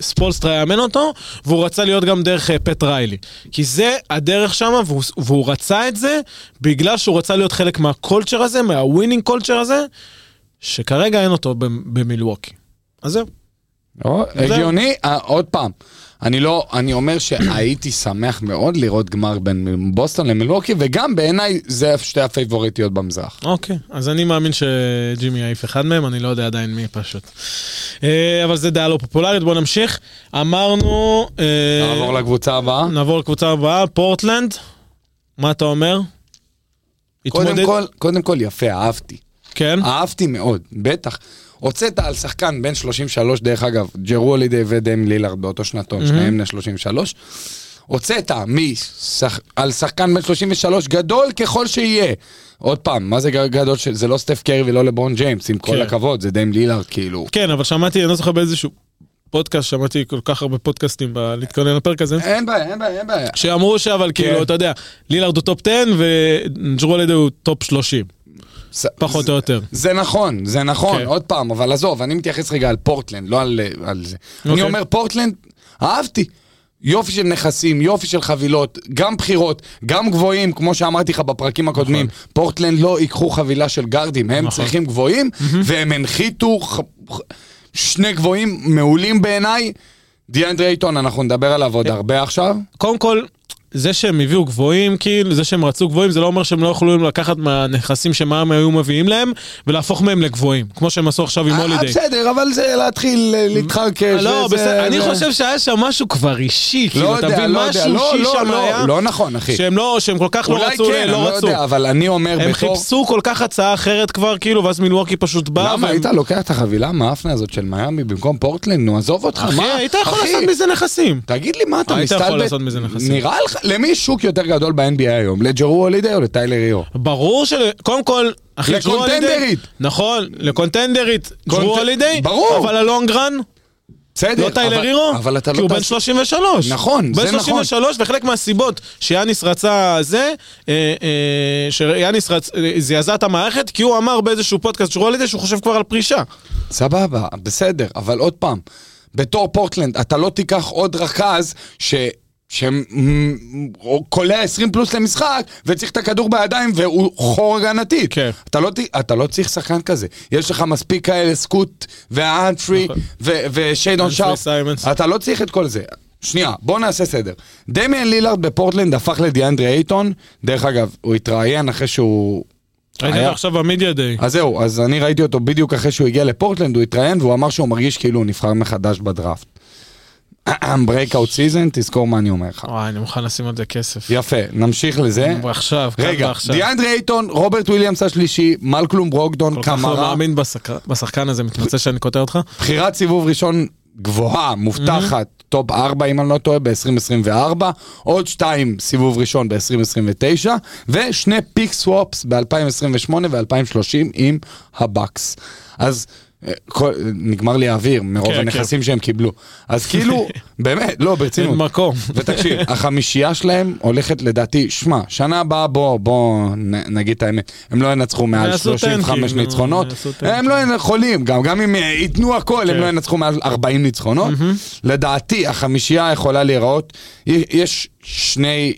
S1: שספולסטרה יאמן אותו, והוא רצה להיות גם דרך אה, פט ריילי. כי זה הדרך שמה, והוא, ס- והוא רצה את זה בגלל שהוא רצה להיות חלק מהקולצ'ר הזה, מהווינינג קולצ'ר הזה, שכרגע אין אותו במ- במילווקי. אז זהו.
S2: לא, הגיוני, אה, עוד פעם. אני לא, אני אומר שהייתי שמח מאוד לראות גמר בין בוסטון למילווקי, וגם בעיניי זה שתי הפייבוריטיות במזרח.
S1: אוקיי, אז אני מאמין שג'ימי יעיף אחד מהם, אני לא יודע עדיין מי פשוט. אה, אבל זה דעה לא פופולרית, בואו נמשיך. אמרנו... אה,
S2: נעבור לקבוצה הבאה.
S1: נעבור לקבוצה הבאה, פורטלנד. מה אתה אומר?
S2: קודם
S1: התמודד-
S2: כל, קודם כל יפה, אהבתי.
S1: כן.
S2: אהבתי מאוד, בטח. הוצאת על שחקן בן 33, דרך אגב, ג'רו הולידי ודמי לילארד באותו שנתון, שניהם בני 33. הוצאת משח... על שחקן בן 33, גדול ככל שיהיה. עוד פעם, מה זה ג- גדול? ש... זה לא סטף קרי ולא לברון ג'יימס, עם כל
S1: כן.
S2: הכבוד, זה דמי לילארד, כאילו.
S1: כן, אבל שמעתי, אני לא זוכר באיזשהו פודקאסט, שמעתי כל כך הרבה פודקאסטים ב- להתכונן לפרק הזה.
S2: אין בעיה, אין בעיה, אין בעיה.
S1: שאמרו שאבל
S2: כן.
S1: כאילו, אתה יודע, לילארד הוא טופ 10 וג'רו לידו הוא טופ 30,
S2: ס-
S1: פחות או יותר.
S2: זה נכון, זה נכון,
S1: כן.
S2: עוד פעם, אבל עזוב, אני מתייחס רגע על פורטלנד, לא על, אה, על זה. אני
S1: אוקיי.
S2: אומר פורטלנד, אהבתי. יופי של נכסים, יופי של חבילות, גם בחירות, גם גבוהים, כמו שאמרתי לך בפרקים הקודמים, פורטלנד לא ייקחו חבילה של גארדים, הם
S1: נכון.
S2: צריכים גבוהים, והם הנחיתו ח- ח- שני גבוהים מעולים בעיניי. דיאנדרי אייטון, אנחנו נדבר עליו עוד
S1: אה,
S2: הרבה עכשיו.
S1: קודם כל, זה שהם הביאו גבוהים, כאילו, זה שהם רצו גבוהים, זה לא אומר שהם לא יכולים לקחת מהנכסים שמע"מ היו מביאים להם, ולהפוך מהם לגבוהים, כמו שהם עשו עכשיו עם
S2: אה,
S1: הולידיי.
S2: בסדר, אבל זה להתחיל אה, להתחרקש.
S1: לא,
S2: וזה-
S1: בסדר, אני
S2: זה-
S1: חושב שהיה שם משהו כבר אישי,
S2: לא
S1: כאילו, אתה
S2: יודע,
S1: מבין,
S2: לא יודע,
S1: משהו
S2: לא,
S1: אישי
S2: לא,
S1: שם
S2: לא,
S1: היה,
S2: לא נכון, אחי.
S1: שהם לא, שהם כל כך לא
S2: אולי
S1: רצו,
S2: כן, אני
S1: לא
S2: לא
S1: רצו.
S2: יודע, אבל אני אומר
S1: הם
S2: בתור...
S1: חיפשו כל כך הצעה אחרת כבר, כאילו, ואז מילואקי פשוט בא.
S2: למה
S1: והם-
S2: היית לוקח את החבילה המאפנה הזאת של מיאמי במקום פורטלנד? נו, עזוב אותך,
S1: אחי,
S2: מה?
S1: היית יכול
S2: אחי,
S1: לעשות מזה נכסים.
S2: תגיד לי, מה אתה
S1: היית
S2: מסתלבט?
S1: יכול לעשות מזה נכסים.
S2: נראה לך, למי יש שוק יותר גדול ב-NBA היום? לג'רו הולידי או לטיילר ריו?
S1: לא ברור של... קודם כל, אחי, ג'רו
S2: לקונטנדרית.
S1: הולידיי- נכון, לקונטנדרית. ג'רו
S2: קונט-
S1: הולידיי.
S2: ברור.
S1: אבל הלונג רן.
S2: בסדר.
S1: לא טיילר
S2: אבל-
S1: הירו?
S2: אבל אתה
S1: כי
S2: לא...
S1: הוא בן
S2: תעשה-
S1: 33.
S2: נכון, זה
S1: בן
S2: נכון.
S1: 33, וחלק מהסיבות שיאניס רצה זה, אה, אה, שיאניס רצ- אה, זעזע את המערכת, כי הוא אמר באיזשהו פודקאסט שהוא על ידי שהוא חושב כבר על פרישה.
S2: סבבה, בסדר, אבל עוד פעם, בתור פורטלנד, אתה לא תיקח עוד רכז ש... שקולע 20 פלוס למשחק, וצריך את הכדור בידיים, והוא חור הגנתית.
S1: כן.
S2: אתה, לא, ת- אתה לא צריך שחקן כזה. יש לך מספיק כאלה, סקוט, והאנפרי, ו- ושיידון
S1: הנפרי,
S2: שרפ.
S1: נכון. סיימנס.
S2: אתה לא צריך את כל זה. שנייה, בוא נעשה סדר. דמיאן לילארד בפורטלנד הפך לדיאנדרי אייטון. דרך אגב, הוא התראיין אחרי שהוא...
S1: ראית
S2: היה- אה,
S1: אותו עכשיו במידיה דיי.
S2: אז זהו, אז אני ראיתי אותו בדיוק אחרי שהוא הגיע לפורטלנד, הוא התראיין והוא אמר שהוא מרגיש כאילו הוא נבחר מחדש בדראפט. *clears throat* ברייקאוט סיזן, תזכור מה אני אומר לך.
S1: וואי, אני מוכן לשים על זה כסף.
S2: יפה, נמשיך לזה.
S1: עכשיו, כאן
S2: רגע,
S1: ועכשיו.
S2: דיאנדרי אייטון, רוברט וויליאמס השלישי, מלקלום ברוקדון,
S1: כל כך לא
S2: קמרה,
S1: מאמין בשחק- בשחקן הזה, מתנצל שאני קוטע אותך.
S2: בחירת סיבוב ראשון גבוהה, מובטחת,
S1: Mm-hmm.
S2: טופ 4 אם אני לא טועה, ב-2024, עוד 2 סיבוב ראשון ב-2029, ושני פיק סוואפס ב-2028 ו-2030 עם הבקס. אז אה, כל, נגמר לי האוויר מרוב
S1: כן,
S2: הנכסים שהם קיבלו.
S1: *laughs*
S2: אז כאילו, באמת, לא,
S1: אין
S2: ברצינות.
S1: מקום.
S2: ותקשיב, החמישייה שלהם הולכת לדעתי, שמע, שנה הבאה בוא, בוא נ- נגיד את האמת, הם לא ינצחו מעל
S1: יעשו טנקינג,
S2: 35
S1: נו,
S2: ניצחונות,
S1: יעשו טנקינג.
S2: הם לא יכולים, גם גם אם אה, ייתנו הכל, הם
S1: כן.
S2: לא ינצחו מעל 40 ניצחונות. לדעתי, החמישייה יכולה להיראות, י- יש שני...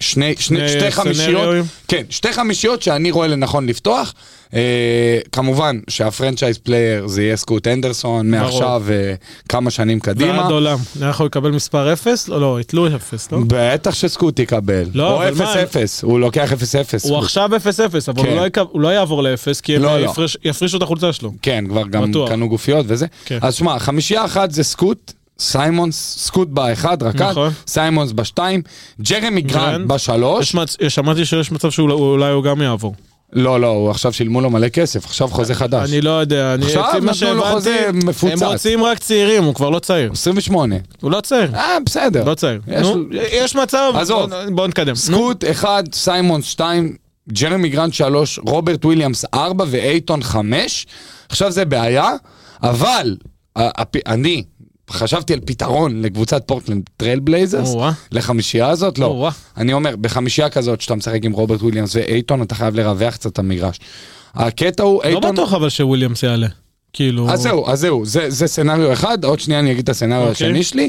S2: שני, שני,
S1: שני
S2: שתי חמישיות,
S1: סצנריואים.
S2: כן, שתי חמישיות שאני רואה לנכון לפתוח. אה, כמובן שהפרנצ'ייז פלייר זה יהיה סקוט הנדרסון
S1: ברור.
S2: מעכשיו אה, כמה שנים קדימה.
S1: ועד עולם. היה יכול לקבל מספר 0? לא, לא, התלו 0, לא?
S2: בטח שסקוט יקבל.
S1: לא,
S2: או
S1: אבל מה,
S2: 0-0, הוא לוקח 0-0.
S1: הוא עכשיו 0-0, אבל
S2: כן.
S1: הוא לא יקב- הוא לא יעבור ל-0, כי הם
S2: לא, לא.
S1: יפרש- יפרישו את החולצה שלו.
S2: כן, כבר גם
S1: בטוח.
S2: קנו גופיות וזה.
S1: כן.
S2: אז שמע, חמישייה אחת זה סקוט, סיימונס, סקוט באחד, רקד,
S1: נכון.
S2: סיימונס בשתיים, ג'רמי גרנד
S1: גרנט.
S2: בשלוש,
S1: יש מצ- שמעתי שיש מצב שאולי הוא גם יעבור.
S2: לא, לא, הוא עכשיו שילמו לו מלא כסף, עכשיו חוזה חדש.
S1: אני לא יודע, אני...
S2: עכשיו
S1: לפי מה
S2: נתנו לו
S1: שהבנתי,
S2: חוזה מפוצץ.
S1: הם רוצים רק צעירים, הוא כבר לא צעיר.
S2: 28.
S1: הוא לא צעיר.
S2: אה, בסדר.
S1: לא צעיר.
S2: יש-
S1: נו, יש מצב,
S2: עזוב.
S1: בוא- בוא נתקדם. נו,
S2: סקוט 1, סיימונס 2, ג'רמי גרנד 3, רוברט וויליאמס 4 ואייטון 5. עכשיו זה בעיה, אבל ה- הפ- אני חשבתי על פתרון לקבוצת פורטלנד טרייל בלייזרס,
S1: או-אה.
S2: לחמישייה הזאת, לא.
S1: או-אה.
S2: אני אומר, בחמישייה כזאת שאתה משחק עם רוברט וויליאמס ואייטון, אתה חייב לרווח קצת את המגרש. הקטע הוא,
S1: לא
S2: אייטון...
S1: בטוח אבל שוויליאמס יעלה. כאילו...
S2: אז זהו, אז זהו, זה, זה סצנריו אחד, עוד שנייה אני אגיד את הסצנריו
S1: אוקיי.
S2: השני שלי.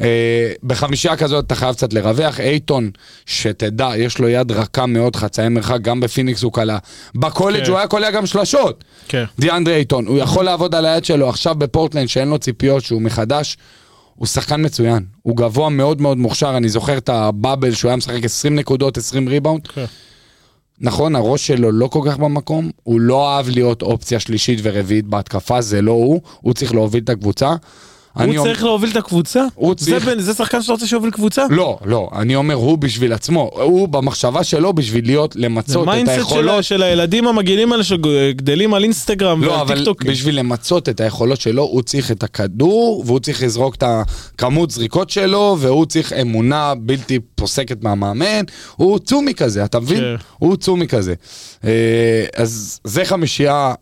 S2: אה, בחמישייה כזאת אתה חייב קצת לרווח, אייטון, שתדע, יש לו יד רכה מאוד, חצאי מרחק, גם בפיניקס הוא קלע. בקולג'
S1: כן.
S2: הוא היה קולע גם שלשות.
S1: כן.
S2: דיאנדרי אייטון, הוא יכול לעבוד על היד שלו עכשיו בפורטלנד, שאין לו ציפיות, שהוא מחדש. הוא שחקן מצוין, הוא גבוה מאוד מאוד מוכשר, אני זוכר את הבאבל שהוא היה משחק 20 נקודות, 20 ריבאונד.
S1: כן.
S2: נכון, הראש שלו לא כל כך במקום, הוא לא אהב להיות אופציה שלישית ורביעית בהתקפה, זה לא הוא, הוא צריך להוביל את הקבוצה. אני
S1: הוא
S2: אומר-
S1: צריך להוביל את הקבוצה?
S2: הוא
S1: זה
S2: צריך-
S1: בן- זה שחקן שאתה רוצה שיוביל קבוצה?
S2: לא, לא, אני אומר הוא בשביל עצמו, הוא במחשבה שלו בשביל להיות,
S1: זה
S2: למצות את
S1: מיינדסט
S2: היכולות.
S1: של- של הילדים המגעילים האלה שגדלים על אינסטגרם
S2: לא,
S1: ועל
S2: אבל
S1: טיקטוקים.
S2: בשביל למצות את היכולות שלו, הוא צריך את הכדור, והוא צריך לזרוק את הכמות זריקות שלו, והוא צריך אמונה בלתי פוסקת מהמאמן. הוא צומי כזה, אתה מבין?
S1: כן.
S2: הוא צומי כזה. אה, אז זה חמישייה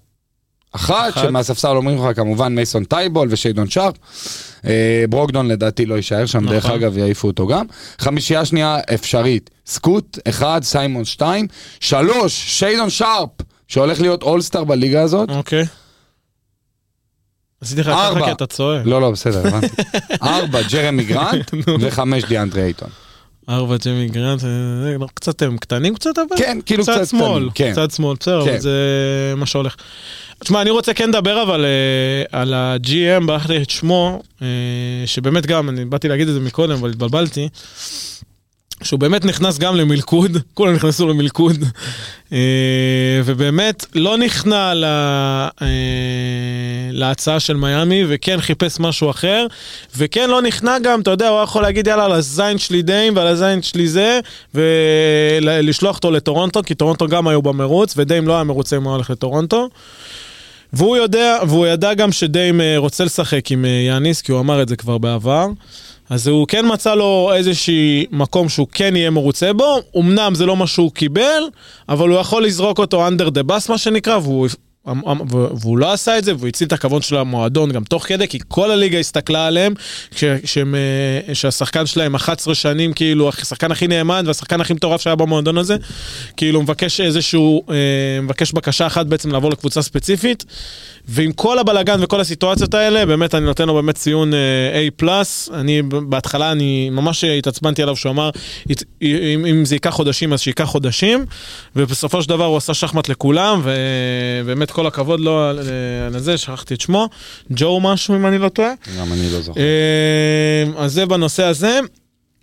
S2: אחת,
S1: אחת.
S2: שמהספסל אומרים לך כמובן מייסון טייבול ושיידון שרפ. אה, ברוקדון לדעתי לא יישאר שם,
S1: נכון.
S2: דרך אגב יעיפו אותו גם. חמישייה שנייה אפשרית, סקוט, אחד, סיימון, שתיים, שלוש, שיידון שרפ, שהולך להיות אולסטאר בליגה הזאת.
S1: אוקיי. עשיתי לך
S2: ארבע.
S1: ככה כי אתה צועק.
S2: לא, לא, בסדר,
S1: *laughs*
S2: הבנתי. ארבע, ג'רמי גרנט, וחמש, דיאנדרי
S1: *laughs*
S2: אייטון.
S1: ארבע ג'ימי גרנט, אה, זה לא, קצת הם קטנים קצת אבל?
S2: כן, כאילו קצת
S1: קצת שמאל,
S2: קטנים, כן.
S1: קצת שמאל, בסדר,
S2: כן.
S1: אבל זה מה שהולך. תשמע, אני רוצה כן לדבר אבל אה, על ה-GM, ברח לי את שמו, אה, שבאמת גם, אני באתי להגיד את זה מקודם, אבל התבלבלתי, שהוא באמת נכנס גם למלכוד, *laughs* כולם נכנסו למלכוד, אה, ובאמת לא נכנע ל- אה, להצעה של מיאמי, וכן חיפש משהו אחר, וכן לא נכנע גם, אתה יודע, הוא היה יכול להגיד יאללה, על הזין שלי דיים ועל הזין שלי זה, ולשלוח אותו לטורונטו, כי טורונטו גם היו במרוץ, ודיים לא היה מרוצה אם הוא היה הולך לטורונטו. והוא יודע, והוא ידע גם שדיים אה, רוצה לשחק עם אה, יאניס, כי הוא אמר את זה כבר בעבר. אז הוא כן מצא לו איזשהי מקום שהוא כן יהיה מרוצה בו, אמנם זה לא מה שהוא קיבל, אבל הוא יכול לזרוק אותו under the bus מה שנקרא, והוא, והוא, והוא לא עשה את זה, והוא הציל את הכבוד של המועדון גם תוך כדי, כי כל הליגה הסתכלה עליהם, כש, כשהם, אה, שהשחקן שלהם 11 שנים, כאילו, השחקן הכי נאמן והשחקן הכי מטורף שהיה במועדון הזה, כאילו מבקש איזשהו, אה, מבקש בקשה אחת בעצם לעבור לקבוצה ספציפית, ועם כל הבלגן וכל הסיטואציות האלה, באמת אני נותן לו באמת ציון אה, A+. אני ב- בהתחלה, אני ממש התעצבנתי עליו שהוא אמר, "ית- אם, אם זה ייקח חודשים אז שייקח חודשים, ובסופו של דבר הוא עשה שחמט לכולם, ובאמת כל הכבוד לו על, אה, על זה, שכחתי את שמו, ג'ו משהו אם אני לא טועה.
S2: גם אני לא זוכר.
S1: אה, אז זה בנושא הזה.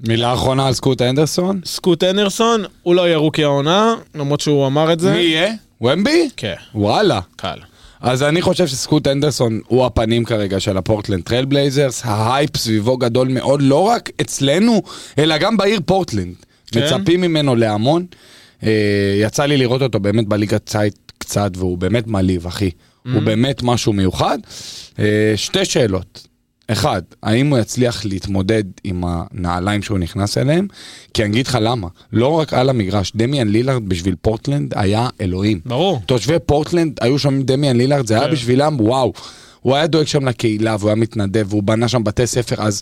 S2: מילה אחרונה על סקוט אנדרסון?
S1: סקוט אנדרסון, הוא לא יהיה רוקי העונה, למרות שהוא אמר את זה.
S2: מי יהיה? ומבי?
S1: אה. כן,
S2: וואלה.
S1: קל.
S2: אז אני חושב שסקוט אנדרסון הוא הפנים כרגע של הפורטלנד טרייל בלייזרס, ההייפ סביבו גדול מאוד, לא רק אצלנו, אלא גם בעיר פורטלנד.
S1: כן.
S2: מצפים ממנו להמון. אה, יצא לי לראות אותו באמת בליגת צייט קצת, והוא באמת מעליב, אחי. הוא באמת משהו מיוחד. אה, שתי שאלות. אחד, האם הוא יצליח להתמודד עם הנעליים שהוא נכנס אליהם? כי אני אגיד לך למה, לא רק על המגרש, דמיאן לילארד בשביל פורטלנד היה אלוהים.
S1: ברור.
S2: תושבי פורטלנד היו שם עם דמיאן לילארד, זה היה
S1: כן.
S2: בשבילם וואו. הוא היה דואג שם לקהילה והוא היה מתנדב והוא בנה שם בתי ספר, אז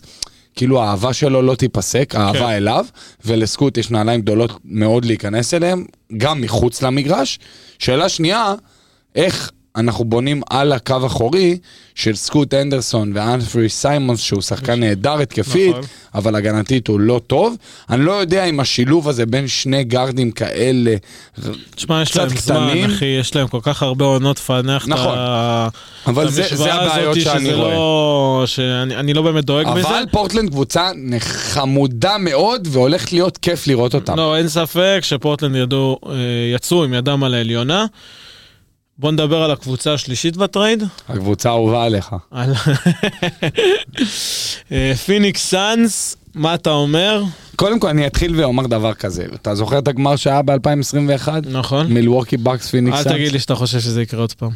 S2: כאילו האהבה שלו לא תיפסק,
S1: כן.
S2: האהבה אליו, ולסקוט יש נעליים גדולות מאוד להיכנס אליהם, גם מחוץ למגרש. שאלה שנייה, איך אנחנו בונים על הקו האחורי של סקוט אנדרסון ואנפרי סיימונס, שהוא שחקן נהדר התקפית,
S1: נכון.
S2: אבל הגנתית הוא לא טוב. אני לא יודע אם השילוב הזה בין שני גארדים כאלה,
S1: תשמע, יש
S2: קצת
S1: להם
S2: קטנים.
S1: זמן, אחי, יש להם כל כך הרבה עונות לפענח את
S2: נכון.
S1: ה-
S2: אבל
S1: את
S2: זה-
S1: המשוואה
S2: זה הבעיות
S1: הזאת,
S2: שאני
S1: שזה
S2: רואה.
S1: לא- שאני אני לא באמת דואג מזה.
S2: אבל פורטלנד קבוצה חמודה מאוד, והולכת להיות כיף לראות אותה.
S1: לא, אין ספק שפורטלנד ידעו, אה, יצאו עם ידם על העליונה. בוא נדבר על הקבוצה השלישית בטרייד.
S2: הקבוצה האהובה עליך.
S1: על- *laughs* אה, פיניקס סאנס, מה אתה אומר?
S2: קודם כל, אני אתחיל ואומר דבר כזה. אתה זוכר את הגמר שהיה ב-2021?
S1: נכון.
S2: מילווקי בקס פיניקס.
S1: אל
S2: סאנס?
S1: תגיד לי שאתה חושב שזה יקרה עוד פעם.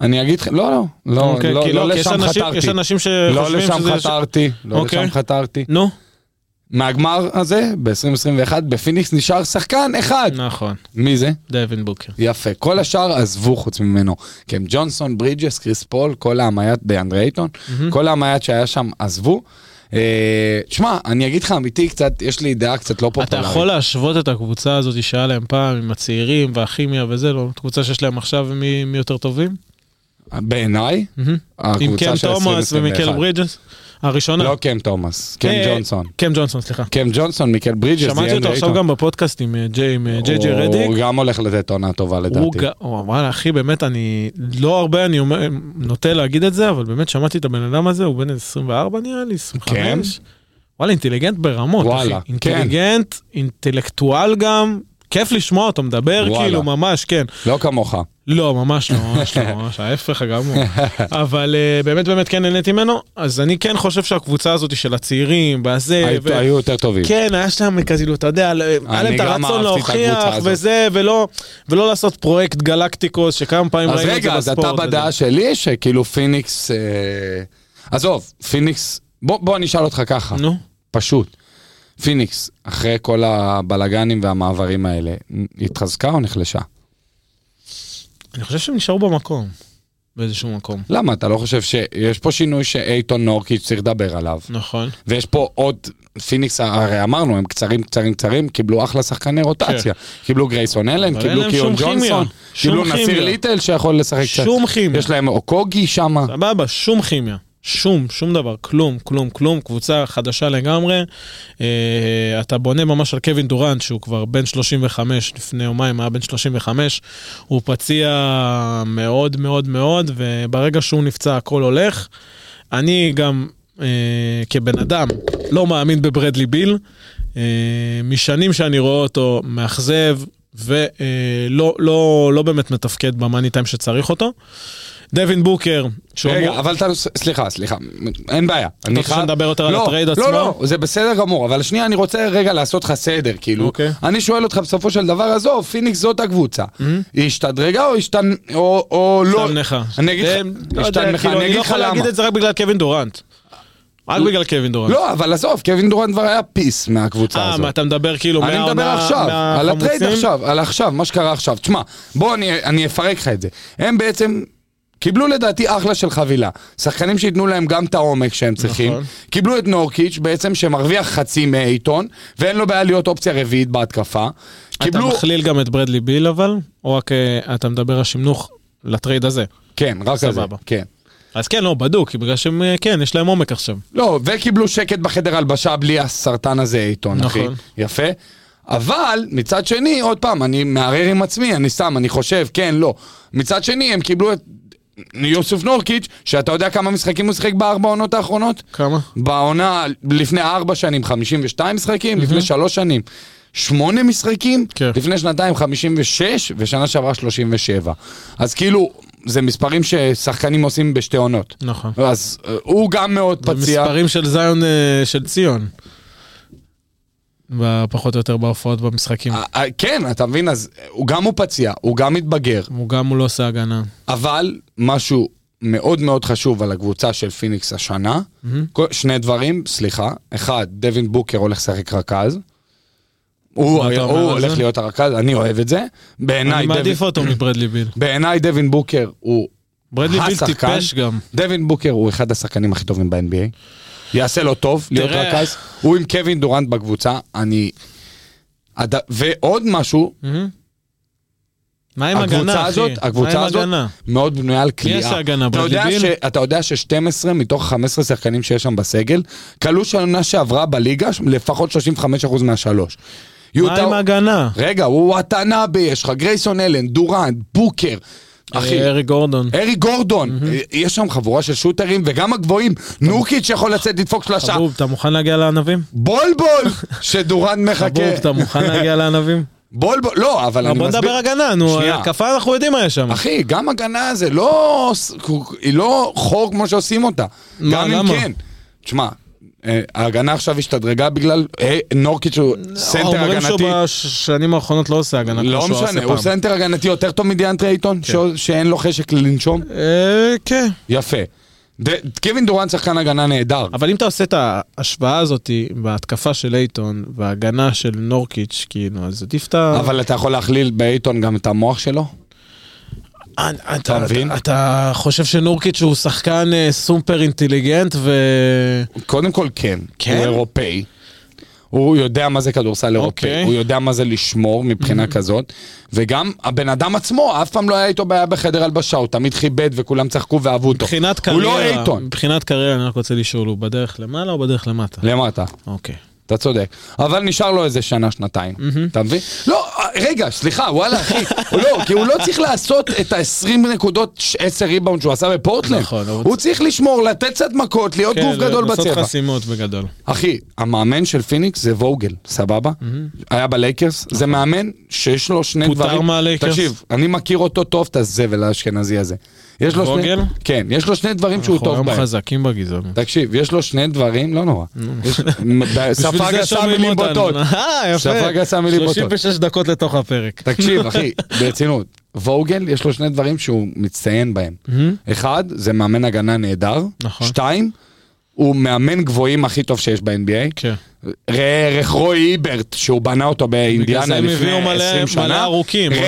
S2: אני אגיד לך, לא, לא, לא,
S1: אוקיי,
S2: לא,
S1: כי
S2: לא
S1: כי יש
S2: לשם
S1: אנשים-
S2: חתרתי.
S1: יש אנשים
S2: לא
S1: שחושבים
S2: לשם
S1: שזה...
S2: חתרתי, לא
S1: אוקיי.
S2: לשם חתרתי.
S1: נו,
S2: מהגמר הזה, ב-2021, בפיניקס נשאר שחקן אחד.
S1: נכון,
S2: מי זה?
S1: דווין בוקר.
S2: יפה. כל השאר עזבו חוץ ממנו. כי הם ג'ונסון, ברידג'ס, קריס פול, כל ההמיית, באנדרי אייטון, כל ההמיית שהיה שם עזבו. אה, תשמע, אני אגיד לך אמיתי קצת, יש לי דעה קצת לא
S1: אתה
S2: פופולרית.
S1: יכול להשוות את הקבוצה הזאת שהיה להם פעם עם הצעירים והכימיה וזה, לא? קבוצה שיש להם עכשיו מי מי יותר טובים?
S2: בעיניי,
S1: מהמם. עם
S2: הקבוצה
S1: קם
S2: של
S1: תומאס
S2: 2021.
S1: ומיקל ברידג'ס? הראשונה.
S2: לא קם תומאס, קם
S1: אה,
S2: ג'ונסון.
S1: קם ג'ונסון, סליחה.
S2: קם ג'ונסון, מיקל ברידג'ס,
S1: שמעתי אותו עכשיו גם בפודקאסט עם אה, ג'יי עם, אה, ג'יי ג'יי רדיק.
S2: הוא גם הולך לתת עונה טובה
S1: הוא
S2: לדעתי.
S1: ג- הוא וואלה אחי באמת אני לא הרבה אני אומר- נוטה להגיד את זה אבל באמת שמעתי את הבן אדם הזה הוא בן 24 נראה לי 25.
S2: כן?
S1: וואלה אינטליגנט ברמות
S2: וואלה,
S1: אחי.
S2: כן.
S1: אינטליגנט אינטלקטואל גם כיף לשמוע אותו מדבר
S2: וואלה.
S1: כאילו ממש כן.
S2: לא כמוך.
S1: לא, ממש לא, ממש
S2: *laughs*
S1: לא, ממש ההפך הגמור. אבל אה, באמת באמת כן נהניתי ממנו, אז אני כן חושב שהקבוצה הזאת של הצעירים, והזה,
S2: היו- היו יותר טובים.
S1: כן, היה שם כאילו, אתה יודע, היה להם את הרצון
S2: גם אהבתי את
S1: להוכיח
S2: הקבוצה הזאת.
S1: וזה, ולא ולא לעשות פרויקט גלקטיקוס, שכמה פעמים
S2: אז
S1: ראינו את זה
S2: רגע,
S1: בספורט.
S2: אז אתה
S1: וזה.
S2: בדעה שלי שכאילו פיניקס... אה, עזוב, פיניקס... בוא בוא אני אשאל אותך ככה,
S1: נו,
S2: פשוט. פיניקס, אחרי כל הבלגנים והמעברים האלה, התחזקה או נחלשה?
S1: אני חושב שהם נשארו במקום, באיזשהו מקום.
S2: למה? אתה לא חושב שיש פה שינוי שאייטון נורקיץ' צריך לדבר עליו?
S1: נכון.
S2: ויש פה עוד, פיניקס, הרי אמרנו, הם קצרים, קצרים, קצרים, קיבלו אחלה שחקני רוטציה. קיבלו גרייסון אלן,
S1: כן. אבל
S2: קיבלו
S1: אין להם
S2: קיון
S1: שום כימיה.
S2: ג'ונסון,
S1: שום
S2: קיבלו נסיר
S1: כימיה.
S2: ליטל שיכול לשחק קצת.
S1: שום כימיה.
S2: יש להם אוקוגי שם.
S1: סבבה, שום כימיה. שום, שום דבר, כלום, כלום, כלום, קבוצה חדשה לגמרי. אה, אתה בונה ממש על קווין דורנט, שהוא כבר בן 35, לפני יומיים היה בן 35. הוא פציע מאוד מאוד מאוד, וברגע שהוא נפצע הכל הולך. אני גם, אה, כבן אדם, לא מאמין בברדלי ביל. אה, משנים שאני רואה אותו מאכזב, ולא לא, לא, לא באמת מתפקד במאני טיים שצריך אותו. דווין בוקר, שהוא
S2: רגע,
S1: אמור-
S2: אבל אתה... סליחה, סליחה, אין בעיה. אני
S1: רוצה
S2: חייב-
S1: שנדבר יותר על
S2: לא,
S1: הטרייד עצמו?
S2: לא, לא, זה בסדר גמור, אבל שנייה, אני רוצה רגע לעשות לך סדר, כאילו.
S1: אוקיי. Mm-hmm.
S2: אני שואל אותך בסופו של דבר, עזוב, פיניקס זאת הקבוצה. היא השתדרגה או השתנ... או או לא?
S1: סתם לך.
S2: אני אגיד
S1: זה-
S2: לך,
S1: לא יודע,
S2: השתנמך,
S1: כאילו,
S2: אני
S1: אני
S2: אגיד
S1: לא
S2: לך
S1: יכול
S2: למה.
S1: להגיד את זה רק בגלל קווין דורנט. רק בגלל קווין דורנט.
S2: לא, אבל עזוב, קווין דורנט כבר היה פיס מהקבוצה
S1: אה,
S2: הזאת.
S1: מה, אתה מדבר כאילו
S2: אני מדבר
S1: מהעונה-
S2: עכשיו, על
S1: מהחמוצים?
S2: הטרייד עכשיו, על עכשיו, מה שקרה עכשיו. תשמע, בוא אני, אני אפרק לך את זה. הם בעצם קיבלו לדעתי אחלה של חבילה. שחקנים שייתנו להם גם את העומק שהם צריכים.
S1: נכון.
S2: קיבלו את נורקיץ' בעצם שמרוויח חצי מעיתון, ואין לו בעיה להיות אופציה רביעית בהתקפה.
S1: אתה
S2: קיבלו...
S1: מכליל גם את ברדלי ביל אבל, או רק אה, אתה מדבר השמנוך לטרייד הזה.
S2: כן, רק על זה.
S1: סבבה.
S2: כן.
S1: אז כן, לא, בדוק, כי בגלל שהם, אה, כן, יש להם עומק עכשיו.
S2: לא, וקיבלו שקט בחדר הלבשה בלי הסרטן הזה, עיתון, אחי.
S1: נכון.
S2: יפה. אבל מצד שני, עוד פעם, אני מערער עם עצמי, אני שם, אני חושב, כן, לא. מצד שני, הם קיבלו את יוסוף נורקיץ', שאתה יודע כמה משחקים הוא שיחק בארבע העונות האחרונות?
S1: כמה?
S2: בעונה לפני ארבע שנים, 52 משחקים, לפני שלוש שנים. שמונה משחקים,
S1: כן.
S2: לפני שנתיים 56, ושנה שעברה 37. אז כאילו, זה מספרים ששחקנים עושים בשתי עונות.
S1: נכון.
S2: אז אה, הוא גם מאוד
S1: זה
S2: פציע.
S1: מספרים של זיון אה, של ציון. ב- פחות או יותר בהופעות במשחקים.
S2: אה, אה, כן, אתה מבין? אז אה, הוא גם הוא פציע, הוא גם מתבגר,
S1: הוא גם הוא לא עושה הגנה.
S2: אבל משהו מאוד מאוד חשוב על הקבוצה של פיניקס השנה,
S1: Mm-hmm.
S2: כל- שני דברים, סליחה, אחד, דווין בוקר הולך לשחק רכז. הוא,
S1: מה אתה אומר
S2: הוא
S1: על זה?
S2: הולך להיות הרכז, אני אוהב את זה. בעיניי
S1: אני
S2: דווין,
S1: מעדיף אותו מברדלי ביל.
S2: בעיני דווין בוקר הוא...
S1: ברדלי ביל
S2: השחקן.
S1: טיפש גם.
S2: דווין בוקר הוא אחד השחקנים הכי טובים ב-NBA. יעשה לו טוב להיות
S1: תראה.
S2: רכז. הוא עם קווין דורנט בקבוצה, אני... הד... ועוד משהו,
S1: מה עם
S2: הקבוצה
S1: הגנה, אחי?
S2: הזאת,
S1: מה
S2: הקבוצה
S1: עם
S2: הזאת,
S1: הגנה?
S2: מאוד בנויה על כליאה.
S1: יש הגנה,
S2: אתה יודע
S1: ברדלי
S2: ש-
S1: ביל?
S2: אתה יודע ש-12 מתוך 15 שחקנים שיש שם בסגל, כלו שנה שעברה בליגה לפחות 35% מהשלוש.
S1: מה עם הגנה?
S2: רגע, הוא וואטנאבה, יש לך גרייסון אלן, דורנט, בוקר. אחי,
S1: אה, ארי גורדון.
S2: ארי גורדון, אה, יש שם חבורה של שוטרים וגם הגבוהים, נורקיץ' יכול לצאת לדפוק שלושה,
S1: חבוב, אתה מוכן להגיע לענבים? *laughs*
S2: בולבול, שדורנט מחכה.
S1: חבוב, אתה מוכן להגיע לענבים?
S2: בול בול, לא, אבל *laughs* אני
S1: בוא
S2: מסביר...
S1: נדבר הגנה, נו,
S2: שנייה.
S1: התקפה אנחנו יודעים מה יש שם.
S2: אחי, גם הגנה זה לא... היא לא חור כמו שעושים אותה.
S1: מה,
S2: גם אם
S1: למה?
S2: כן. תשמע, אה, ההגנה עכשיו השתדרגה בגלל אה, נורקיץ' הוא סנטר
S1: אומרים
S2: הגנתי.
S1: שהוא בשנים האחרונות לא עושה הגנה כמו
S2: לא
S1: שהוא
S2: משנה,
S1: עשה
S2: הוא
S1: פעם. כן.
S2: סנטר הגנתי יותר טוב מדיאנטרי אייטון, שאו- שאין לו חשק לנשום.
S1: אה, כן.
S2: יפה. ד- קווין דורן שחקן הגנה נהדר.
S1: אבל אם אתה עושה את ההשוואה הזאת בהתקפה של אייטון וההגנה של נורקיץ', כאילו, אז עדיף את ה...
S2: אבל אתה יכול להכליל באייטון גם את המוח שלו?
S1: אה, אתה, אתה
S2: מבין?
S1: אתה, אתה חושב שנורקיץ' הוא שחקן אה, סופר אינטליגנט ו...
S2: קודם כל כן.
S1: כן?
S2: הוא אירופאי. הוא יודע מה זה כדורסל אירופאי,
S1: אוקיי. Mm-hmm.
S2: הוא יודע מה זה לשמור מבחינה כזאת, וגם הבן אדם עצמו, אף פעם לא היה איתו בעיה בחדר הלבשה, הוא תמיד כיבד וכולם צחקו ואהבו אותו.
S1: מבחינת
S2: הוא
S1: קריירה,
S2: לא אייטון.
S1: מבחינת קריירה אני רק רוצה לשאול, הוא בדרך למעלה או בדרך למטה?
S2: למטה,
S1: אוקיי.
S2: אתה צודק. אבל נשאר לו איזה שנה, שנתיים,
S1: Mm-hmm.
S2: אתה מבין? לא, רגע, סליחה, וואלה, אחי, לא, כי הוא לא צריך לעשות את ה-20 נקודות, 10 ריבאונד שהוא עשה בפורטלנד.
S1: נכון, אבל-
S2: הוא צריך לשמור, לתת קצת מכות, להיות גוף גדול בצבע.
S1: כן, לעשות חסימות בגדול.
S2: אחי, המאמן של פיניקס זה ווגל, סבבה? היה בלייקרס, זה מאמן שיש לו שני
S1: נכון. פוטר
S2: דברים.
S1: מהלייקרס?
S2: תקשיב, אני מכיר אותו טוב, את הזבל האשכנזי הזה. יש לו שני-
S1: ווגל?
S2: כן, יש לו שני דברים שהוא
S1: אנחנו
S2: טוב
S1: היום
S2: בהם.
S1: חזקים בגזענות.
S2: תקשיב, יש לו שני דברים, לא נורא.
S1: *laughs*
S2: יש-
S1: בשביל
S2: שפה
S1: זה
S2: גסה
S1: שומעים
S2: מילים
S1: אותנו. *laughs*
S2: בוטות.
S1: אה, יפה.
S2: שפה גסה מילים בוטות.
S1: 36 דקות לתוך הפרק.
S2: תקשיב, אחי, ברצינות. ווגל, יש לו שני דברים שהוא מצטיין בהם. אחד, זה מאמן הגנה נהדר.
S1: נכון.
S2: שתיים, הוא מאמן גבוהים הכי טוב שיש ב-NBA.
S1: כן.
S2: ראה ערך רוי היברט, שהוא בנה אותו
S1: בגלל זה
S2: באינדיאנה
S1: הם
S2: לפני
S1: הביאו
S2: 20
S1: מלא-
S2: שנה.
S1: מלא ארוכים,
S2: ראה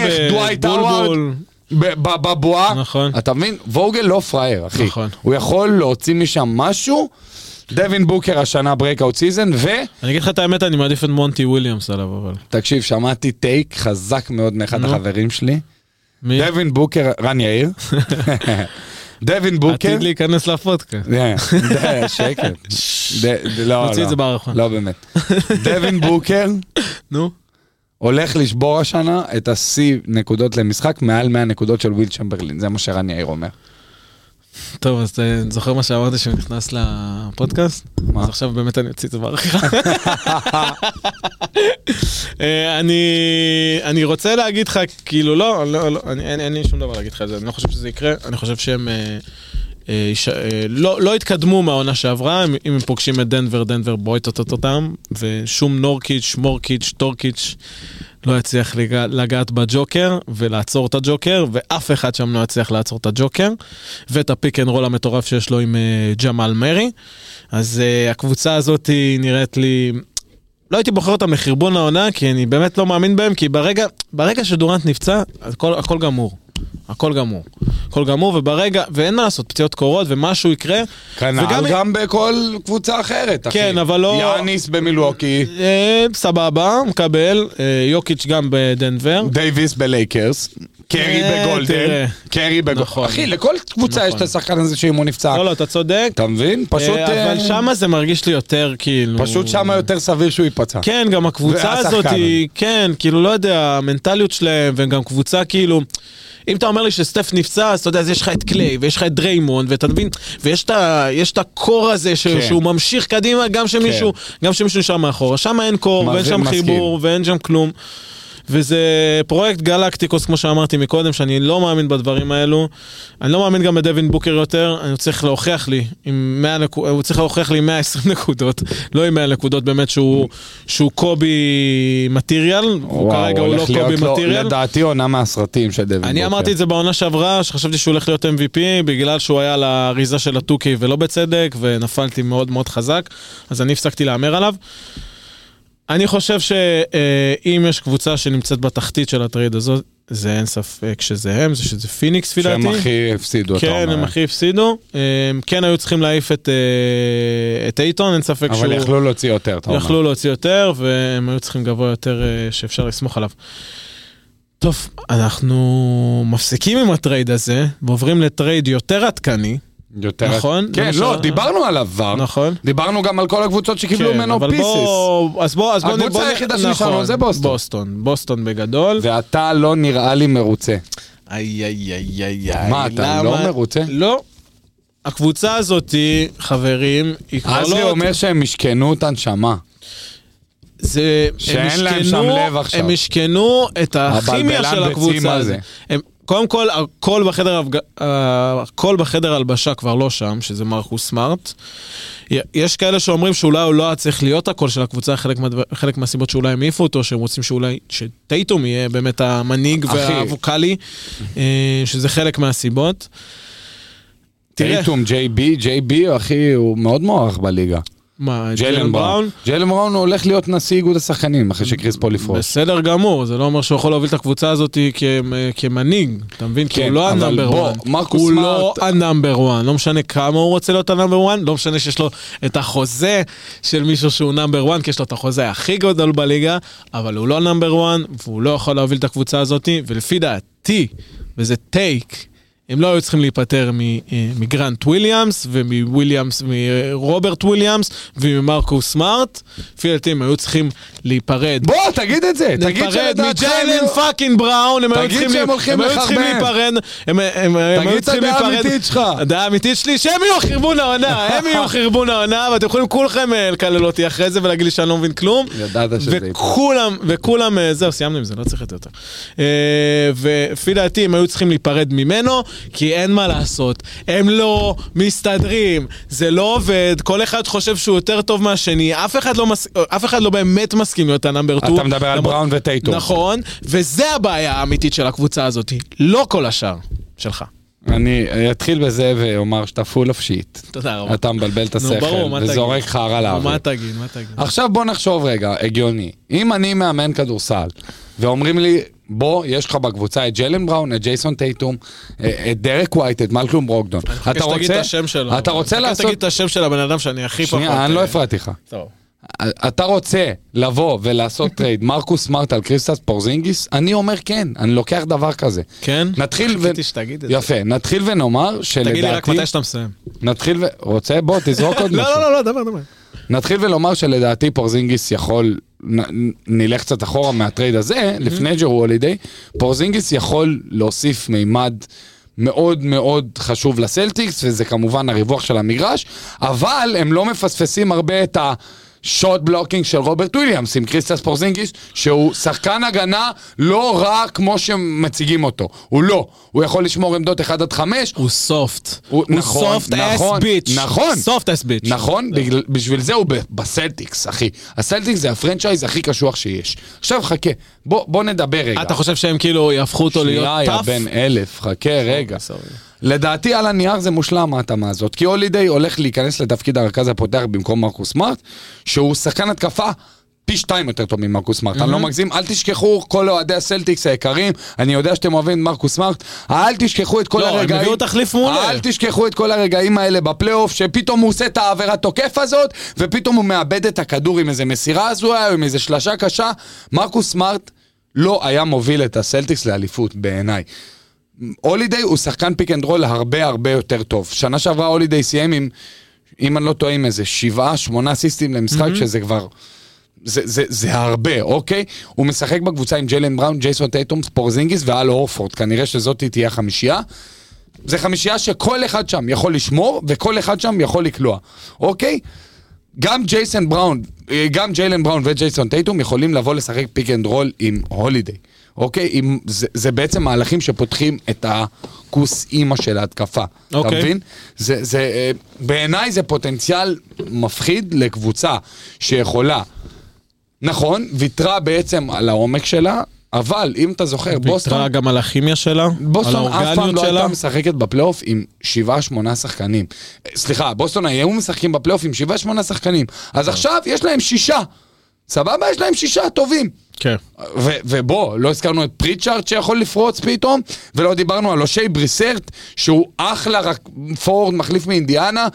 S1: מתנה
S2: איך
S1: ב-
S2: דווייט
S1: בולבול.
S2: האווארד ב- ב- בבועה.
S1: נכון.
S2: אתה מבין? ווגל לא פראייר, אחי.
S1: נכון.
S2: הוא יכול להוציא משם משהו. דווין בוקר השנה ברייקאוט סיזן,
S1: אני אגיד לך את האמת, אני מעדיף את מונטי וויליאמס עליו, אבל...
S2: ותקשיב, שמעתי טייק חזק מאוד מאחד
S1: נו.
S2: החברים שלי.
S1: מי?
S2: דווין בוקר,
S1: *laughs*
S2: רן יאיר. דווין בוקר.
S1: עתיד להיכנס לפודקאסט.
S2: כן, ד-
S1: *laughs*
S2: שקט. ד- ד- לא,
S1: נוציא את
S2: לא.
S1: זה בהערכה.
S2: לא באמת. דווין בוקר.
S1: נו.
S2: הולך לשבור השנה את השיא נקודות למשחק מעל 100 נקודות של וויל צ'מברלין, זה מה שרן יאיר אומר.
S1: טוב, אז אה, זוכר מה שאמרתי שהוא נכנס לפודקאסט?
S2: מה?
S1: אז עכשיו באמת אני אוציא את זה בעריכה. *laughs* אה, אני אני רוצה להגיד לך, כאילו, לא, לא, לא, אני- אין אין לי שום דבר להגיד לך על זה, אני לא חושב שזה יקרה, אני חושב שהם... אה, אה, ייש- אה, לא לא התקדמו מהעונה שעברה, אם- אם הם פוגשים את דנבר, דנבר בועטת אותם, ושום נורקיץ', מורקיץ', טורקיץ' לא יצליח לג- לגעת בג'וקר ולעצור את הג'וקר, ואף אחד שם לא יצליח לעצור את הג'וקר, ואת הפיק אנד רול המטורף שיש לו עם אה, ג'מאל מרי. אז אה, הקבוצה הזאת היא נראית לי... לא הייתי בוחר אותם לחרבון העונה, כי אני באמת לא מאמין בהם, כי ברגע, ברגע שדורנט נפצע, הכל, הכל גמור. הכל גמור. הכל גמור, וברגע, ואין מה לעשות, פציעות קורות, ומשהו יקרה. וגם-
S2: כנ"ל גם בכל קבוצה אחרת, אחי.
S1: כן, אבל לא-
S2: יאניס במילווקי,
S1: אה, סבבה, מקבל, אה, יוקיץ' גם בדנבר.
S2: דייוויס בלייקרס, קרי
S1: אה,
S2: בגולדן,
S1: תראה.
S2: קרי בגולדן.
S1: נכון.
S2: אחי, לכל קבוצה יש את השחקן הזה שאם הוא נפצע.
S1: לא, לא, אתה צודק.
S2: אתה מבין? פשוט...
S1: אה, אבל
S2: אה,
S1: שמה זה מרגיש לי יותר, כאילו...
S2: פשוט שמה יותר סביר שהוא ייפצע.
S1: כן, גם הקבוצה
S2: והשחקן.
S1: הזאת היא, כן, כאילו, לא יודע, המנטליות שלהם, והם גם קבוצה כאילו... אם אתה אומר לי שסטף נפצע, אז אתה יודע, אז יש לך את קליי, ויש לך את דריימונד, ואתה מבין, ויש את ה- יש את הקור הזה ש-
S2: כן.
S1: שהוא ממשיך קדימה, גם שמישהו גם שמישהו נשאר מאחורה. שם אין קור,
S2: מה
S1: ואין
S2: זה
S1: שם
S2: מסכים.
S1: חיבור, ואין שם כלום. וזה פרויקט גלקטיקוס, כמו שאמרתי מקודם, שאני לא מאמין בדברים האלו. אני לא מאמין גם בדווין בוקר יותר, אני צריך להוכיח לי, עם 100 נקו... הוא צריך להוכיח לי 120 *laughs* נקודות, לא עם 100 נקודות באמת שהוא, שהוא קובי מטריאל, הוא
S2: וואו,
S1: כרגע הוא לא
S2: הולך להיות
S1: קובי
S2: לו,
S1: מטריאל.
S2: לדעתי עונה מהסרטים של דווין בוקר.
S1: אני אמרתי את זה בעונה שעברה, שחשבתי שהוא הולך להיות MVP, בגלל שהוא היה על האריזה של הטוקי ולא בצדק, ונפלתי מאוד מאוד חזק, אז אני הפסקתי להמר עליו. אני חושב שאם יש קבוצה שנמצאת בתחתית של הטרייד הזאת, זה אין ספק שזה הם, זה שזה פיניקס, לפי דעתי.
S2: שהם הכי הפסידו, אתה
S1: כן, הם
S2: אומר.
S1: הכי הפסידו. הם כן היו צריכים להעיף את, אה, את אייטון, אין ספק שהוא...
S2: אבל יכלו להוציא יותר, אתה אומר.
S1: יכלו להוציא יותר, והם היו צריכים גבוה יותר אה, שאפשר לסמוך עליו. טוב, אנחנו מפסיקים עם הטרייד הזה, ועוברים לטרייד יותר עדכני,
S2: יותר...
S1: נכון?
S2: כן,
S1: למשל-
S2: לא, דיברנו עליו כבר.
S1: נכון?
S2: דיברנו גם על כל הקבוצות שקיבלו ממנו
S1: כן, אבל
S2: פיסיס.
S1: בוא, אז בוא, אז בוא,
S2: הקבוצה
S1: בוא,
S2: היחידה שנשארנו
S1: נכון,
S2: זה בוסטון.
S1: בוסטון, בוסטון בגדול.
S2: ואתה לא נראה לי מרוצה.
S1: איי, איי, איי, איי, איי.
S2: מה, אתה לא
S1: למה-
S2: מרוצה?
S1: לא. הקבוצה הזאתי, חברים, היא כבר לא...
S2: אזלי אומר שהם משכנו את הנשמה.
S1: זה,
S2: שאין
S1: הם
S2: להם שם
S1: משכנו-
S2: לב עכשיו.
S1: הם משכנו את הכימיה
S2: הבלבלן
S1: של
S2: ביצים
S1: הקבוצה
S2: הזה.
S1: הזאת. הם, קודם כל, הכל בחדר, ההפג- ה- הכל בחדר הלבשה כבר לא שם, שזה מרקוס סמארט. י- יש כאלה שאומרים שאולי הוא לא היה צריך להיות הקול של הקבוצה, חלק, מהדבר, חלק מהסיבות שאולי הם העיפו אותו, שהם רוצים שאולי, שטייטום יהיה באמת המנהיג
S2: אחי.
S1: והווקאלי, אה, שזה חלק מהסיבות. תראה,
S2: טייטום, ג'יי בי, ג'יי בי, אחי, הוא מאוד מוערך בליגה.
S1: מה,
S2: ג'לן בראון. ג'לן בראון הולך להיות נשיא איגוד השחקנים, אחרי שקריס פול יפרוש.
S1: בסדר גמור, זה לא אומר שהוא יכול להוביל את הקבוצה הזאת כ- כמנהיג, אתה מבין? כי
S2: כן,
S1: הוא לא
S2: אבל
S1: הנאמבר
S2: בוא,
S1: וואן.
S2: מרקוס
S1: הוא
S2: סמארט-
S1: לא הנאמבר וואן, לא משנה כמה הוא רוצה להיות הנאמבר וואן, לא משנה שיש לו את החוזה של מישהו שהוא נאמבר וואן, כי יש לו את החוזה הכי גדול בליגה, אבל הוא לא נאמבר וואן, והוא לא יכול להוביל את הקבוצה הזאת, ולפי דעתי, וזה טייק, הם לא היו צריכים להיפטר מ- אה, מגרנט וויליאמס ומוויליאמס, מרוברט וויליאמס וממרקוס סמארט. לפי דעתי הם היו צריכים להיפרד
S2: בוא, תגיד את זה, תגיד
S1: להיפרד
S2: שלדעתך... הם
S1: מג'יילן
S2: לא-
S1: פאקינג בראון, הם היו
S2: תגיד
S1: צריכים
S2: שהם
S1: לה-
S2: הולכים
S1: הם היו צריכים
S2: לחרבן.
S1: להיפרד, הם- הם- הם היו
S2: תגיד את
S1: צריכים
S2: הדעה
S1: להיפרד,
S2: האמיתית שלך.
S1: הדעה האמיתית שלי שהם יהיו חרבון העונה,
S2: *laughs*
S1: הם יהיו חרבון העונה, ואתם יכולים כולכם אה, לקלל אותי אחרי זה ולהגיד לי שאני לא מבין כלום.
S2: ידעת שזה יקרה.
S1: וכולם, וכולם, אה, זהו, סיימנו עם זה, לא צריך את זה יותר. אה, ולפי דעתי הם היו צריכים להיפרד ממנו, כי אין מה לעשות, הם לא מסתדרים, זה לא עובד, כל אחד חושב שהוא יותר טוב מהשני, אף אחד לא, מס... אף אחד לא באמת מסכים להיות הנאמבר 2.
S2: אתה מדבר על בראון וטייטום.
S1: נכון, וזה הבעיה האמיתית של הקבוצה הזאת, לא כל השאר שלך.
S2: אני אתחיל בזה ואומר שאתה full of shit.
S1: תודה רבה.
S2: אתה מבלבל את
S1: נו, ברור,
S2: השכל
S1: מה תגיד?
S2: וזורק חרא
S1: נו,
S2: לאוויר.
S1: מה תגיד, מה תגיד?
S2: עכשיו בוא נחשוב רגע, הגיוני. אם אני מאמן כדורסל, ואומרים לי, בוא, יש לך בקבוצה את ג'לן בראון, את ג'ייסון טייטום, אה, את דרק ווייט, את מלקום ברוקדון. אתה
S1: אני מבקש שתגיד
S2: רוצה...
S1: את השם שלו.
S2: אתה רוצה
S1: אני מבקש
S2: לעשות...
S1: שתגיד את השם של הבן אדם שאני הכי פחות...
S2: שנייה, אני לא
S1: אה,
S2: הפרעתי לך.
S1: טוב.
S2: אתה רוצה לבוא
S1: *laughs*
S2: ולעשות טרייד מרקוס סמארט על קריסטס פורזינגיס? אני אומר כן, אני לוקח דבר כזה.
S1: כן?
S2: נתחיל ו...
S1: רציתי שתגיד את זה.
S2: יפה, נתחיל ונאמר
S1: תגיד לי רק
S2: שלדעתי...
S1: מתי שאתה מסיים.
S2: נתחיל ו... רוצה? בוא, תזרוק
S1: *laughs*
S2: עוד
S1: לא,
S2: משהו.
S1: לא, לא, לא, דבר, דבר.
S2: נתחיל ולומר שלדעתי פורזינגיס יכול, נ, נ- נלך קצת אחורה מהטרייד הזה, לפני ג'רו הולידיי, פורזינגיס יכול להוסיף מימד מאוד מאוד חשוב לסלטיקס, וזה כמובן הריווח של המגרש, אבל הם לא מפספסים הרבה את ה... שוט בלוקינג של רוברט וויליאמס עם קריסטס פורזינגיס, שהוא שחקן הגנה לא רע כמו שמציגים אותו. הוא לא. הוא יכול לשמור עמדות 1 עד 5,
S1: הוא סופט.
S2: הוא-
S1: הוא
S2: נכון,
S1: סופט אס
S2: נכון,
S1: ביץ'.
S2: נכון.
S1: סופט אס ביץ'.
S2: נכון? בגלל- בשביל זה הוא ב- בסלטיקס, אחי. הסלטיקס זה הפרנצ'ייז הכי קשוח שיש. עכשיו חכה, בוא בוא נדבר רגע.
S1: אתה חושב שהם כאילו יהפכו אותו להיות
S2: שנייה, יא
S1: טאף?
S2: בן אלף, חכה רגע.
S1: סורי.
S2: לדעתי על הנייר זה מושלם ההתאמה הזאת, כי הולידיי הולך להיכנס לתפקיד הרכז הפותח במקום מרקוס סמארט, שהוא שחקן התקפה. פי שתיים יותר טוב ממרקוס סמארט,
S1: Mm-hmm.
S2: אני לא מגזים, אל תשכחו כל אוהדי הסלטיקס היקרים, אני יודע שאתם אוהבים את מרקוס סמארט, אל תשכחו את כל
S1: לא, הם
S2: הרגעים,
S1: הביאו תחליף מעולה.
S2: אל תשכחו את כל הרגעים האלה בפלייאוף, שפתאום הוא עושה את העבירת תוקף הזאת, ופתאום הוא מאבד את הכדור עם איזה מסירה הזויה, או עם איזה שלשה קשה, מרקוס סמארט לא היה מוביל את הסלטיקס לאליפות בעיניי. הולידיי הוא שחקן פיק אנד רול הרבה הרבה יותר טוב. שנה שעברה הולידיי סיים עם, אם אני לא טועה, עם איזה שבעה, שמונה סיסטים למשחק, mm-hmm. שזה כבר... זה, זה, זה הרבה, אוקיי? הוא משחק בקבוצה עם ג'לן בראון, ג'ייסון טייטום, פורזינגיס ואל הורפורד. כנראה שזאת תהיה החמישייה. זה חמישייה שכל אחד שם יכול לשמור, וכל אחד שם יכול לקלוע, אוקיי? גם ג'ייסון בראון, אה, גם ג'יילן בראון וג'ייסון טייטום יכולים לבוא לשחק פיק אנד רול עם הולידיי, אוקיי? עם, זה, זה בעצם מהלכים שפותחים את הכוס אימא של ההתקפה, אתה
S1: אוקיי.
S2: מבין? זה, זה, אה, בעיניי זה פוטנציאל מפחיד לקבוצה שיכולה נכון, ויתרה בעצם על העומק שלה, אבל אם אתה זוכר, בוסטון...
S1: ויתרה גם על הכימיה שלה? על
S2: בוסטון אף פעם
S1: האורגניות
S2: לא
S1: שלה?
S2: הייתה משחקת בפלייאוף עם שבעה, שמונה שחקנים. אה, סליחה, בוסטון היו משחקים בפלייאוף עם שבעה, שמונה שחקנים.
S1: נכון.
S2: אז עכשיו יש להם שישה. סבבה? יש להם שישה טובים.
S1: כן.
S2: ו- ובוא, לא הזכרנו את פריצ'ארד שיכול לפרוץ פתאום, ולא דיברנו על אושי בריסרט, שהוא אחלה רק פורד מחליף מאינדיאנה,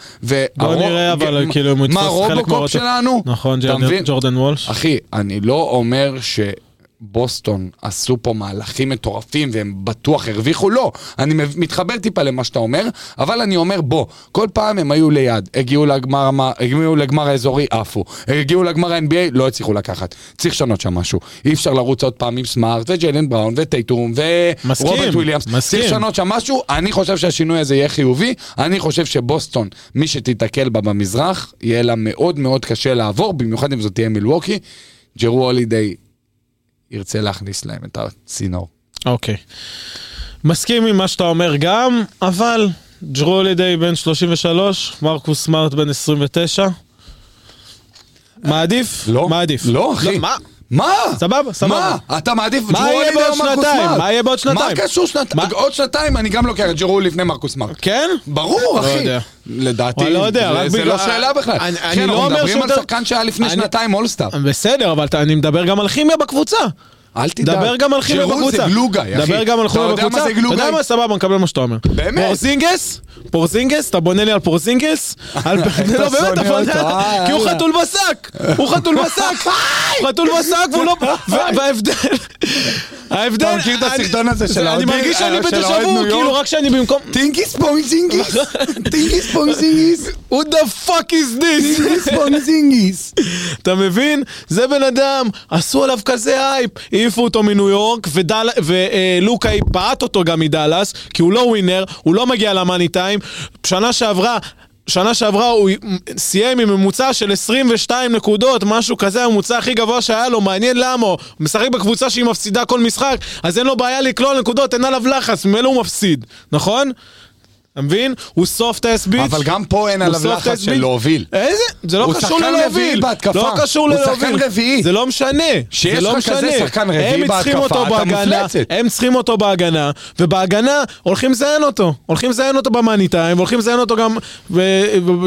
S1: בוא
S2: והרוב...
S1: נראה אבל כאילו אם הוא
S2: מה
S1: יתפוס חלק
S2: הרובוקופ
S1: מהאוטו.
S2: שלנו?
S1: נכון,
S2: אתה
S1: ג'ורדן-
S2: מבין?
S1: ג'ורדן וולש.
S2: אחי, אני לא אומר שבוסטון עשו פה מהלכים מטורפים והם בטוח הרוויחו, לא. אני מב- מתחבר טיפה למה שאתה אומר, אבל אני אומר, בוא, כל פעם הם היו ליד, הגיעו לגמר, המ- הגיעו לגמר האזורי, עפו. הגיעו לגמר ה-NBA, לא הצליחו לקחת. צריך לשנות שם משהו. אי אפשר לרוץ עוד פעם עם סמארט וג'יילן בראון וטייטום
S1: מסכים,
S2: ורוברט וויליאמס.
S1: מסכים.
S2: צריך לשנות שם משהו, אני חושב שהשינוי הזה יהיה חיובי. אני חושב שבוסטון, מי שתיתקל בה במזרח, יהיה לה מאוד מאוד קשה לעבור, במיוחד אם זאת תהיה מילווקי. ג'רו הולידיי ירצה להכניס להם את הצינור.
S1: אוקיי. מסכים עם מה שאתה אומר גם, אבל ג'רו הולידיי בן 33, מרקוס סמארט בן 29. מעדיף?
S2: לא.
S1: מעדיף.
S2: לא, אחי.
S1: מה?
S2: מה?
S1: סבבה, סבבה.
S2: מה? אתה מעדיף
S1: מה
S2: ג'רו
S1: יהיה
S2: הולידיי
S1: בעוד
S2: או מרקוס
S1: שנתיים?
S2: סמארט?
S1: מה יהיה בעוד שנתיים?
S2: מה קשור שנתיים?
S1: מה?
S2: עוד שנתיים אני גם לוקח את ג'רו לפני מרקוס סמארט.
S1: כן?
S2: ברור, אחי.
S1: יודע.
S2: לדעתי,
S1: לא יודע,
S2: זה-
S1: רק
S2: זה
S1: בגלל-
S2: לא שאלה בכלל.
S1: אני-
S2: אחי,
S1: אני
S2: אנחנו
S1: לא אומר
S2: מדברים על
S1: שאתה-
S2: שחקן שהיה לפני
S1: אני-
S2: שנתיים אולסטאר.
S1: בסדר, אבל אתה- אני מדבר גם על כימיה בקבוצה.
S2: אל תדאג.
S1: דבר גם על כימיה
S2: שירות
S1: בקבוצה.
S2: זה גלוגאי, אחי.
S1: דבר גם על כימיה
S2: אתה יודע
S1: בקבוצה.
S2: מה זה
S1: אתה יודע
S2: גלוגאי?
S1: מה? סבבה, מקבל מה שאתה אומר.
S2: באמת?
S1: פורזינגס? פורזינגס? אתה בונה לי על פורזינגס? על פרדלו,
S2: *laughs* אתה
S1: באמת, אתה
S2: שונא
S1: בונה...
S2: אותו, אה,
S1: כי הוא
S2: יאללה.
S1: חתול בשק! הוא חתול
S2: *laughs*
S1: בשק! הוא חתול בשק והוא לא... ו- וההבדל... ההבדל...
S2: אתה מכיר את
S1: אני-
S2: הסרטון הזה של
S1: זה- אני
S2: האוהדים-
S1: מרגיש שאני
S2: של
S1: בדשא
S2: האוהד
S1: וו,
S2: ניו יורק?
S1: כאילו רק שאני במקום...
S2: טינגיס
S1: *laughs*
S2: פונגזינגיס. טינגיס פונגזינגיס.
S1: What the fuck is this?
S2: *laughs* טינגיס פונגזינגיס.
S1: אתה מבין? זה בן אדם, עשו עליו כזה הייפ. העיפו אותו מניו יורק, ולוקאי בעט אותו גם מדאלאס, כי הוא לא ווינר, הוא לא מגיע למאני טיים. שנה שעברה... שנה שעברה הוא סיים עם ממוצע של 22 נקודות, משהו כזה, הממוצע הכי גבוה שהיה לו, מעניין למה, הוא משחק בקבוצה שהיא מפסידה כל משחק, אז אין לו בעיה לקלוע נקודות, אין עליו לחץ, ממילא הוא מפסיד, נכון? אתה מבין? הוא סופט אס ביץ'.
S2: אבל גם פה אין
S1: הוא
S2: כן, עליו
S1: סוף
S2: לחץ
S1: טסט
S2: של
S1: ביט.
S2: להוביל.
S1: איזה? זה לא
S2: הוא
S1: קשור
S2: שחקן רביעי
S1: ללהוביל.
S2: בהתקפה.
S1: לא קשור
S2: הוא
S1: ללהוביל.
S2: שחקן רביעי.
S1: זה לא משנה.
S2: שיש
S1: זה לא
S2: לך
S1: משנה.
S2: כזה שחקן רביעי
S1: הם צריכים
S2: בהתקפה,
S1: אותו
S2: אתה
S1: בהגנה,
S2: מפלצת.
S1: הם צריכים אותו בהגנה, ובהגנה הולכים לזיין אותו. הולכים לזיין אותו במאני טיים, והולכים לזיין אותו גם...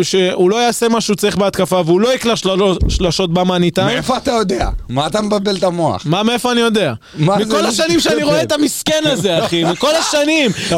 S1: שהוא לא יעשה מה שהוא צריך בהתקפה, והוא לא יקלע שלוש- שלשות במאני טיים.
S2: מאיפה אתה יודע? מה אתה מבלבל את המוח?
S1: אה? מה, מאיפה אני יודע?
S2: מה זה
S1: מכל
S2: לא
S1: השנים שאני
S2: מתקבל?
S1: רואה את המסכן הזה,
S2: *laughs*
S1: אחי, מכל השנים.
S2: אתה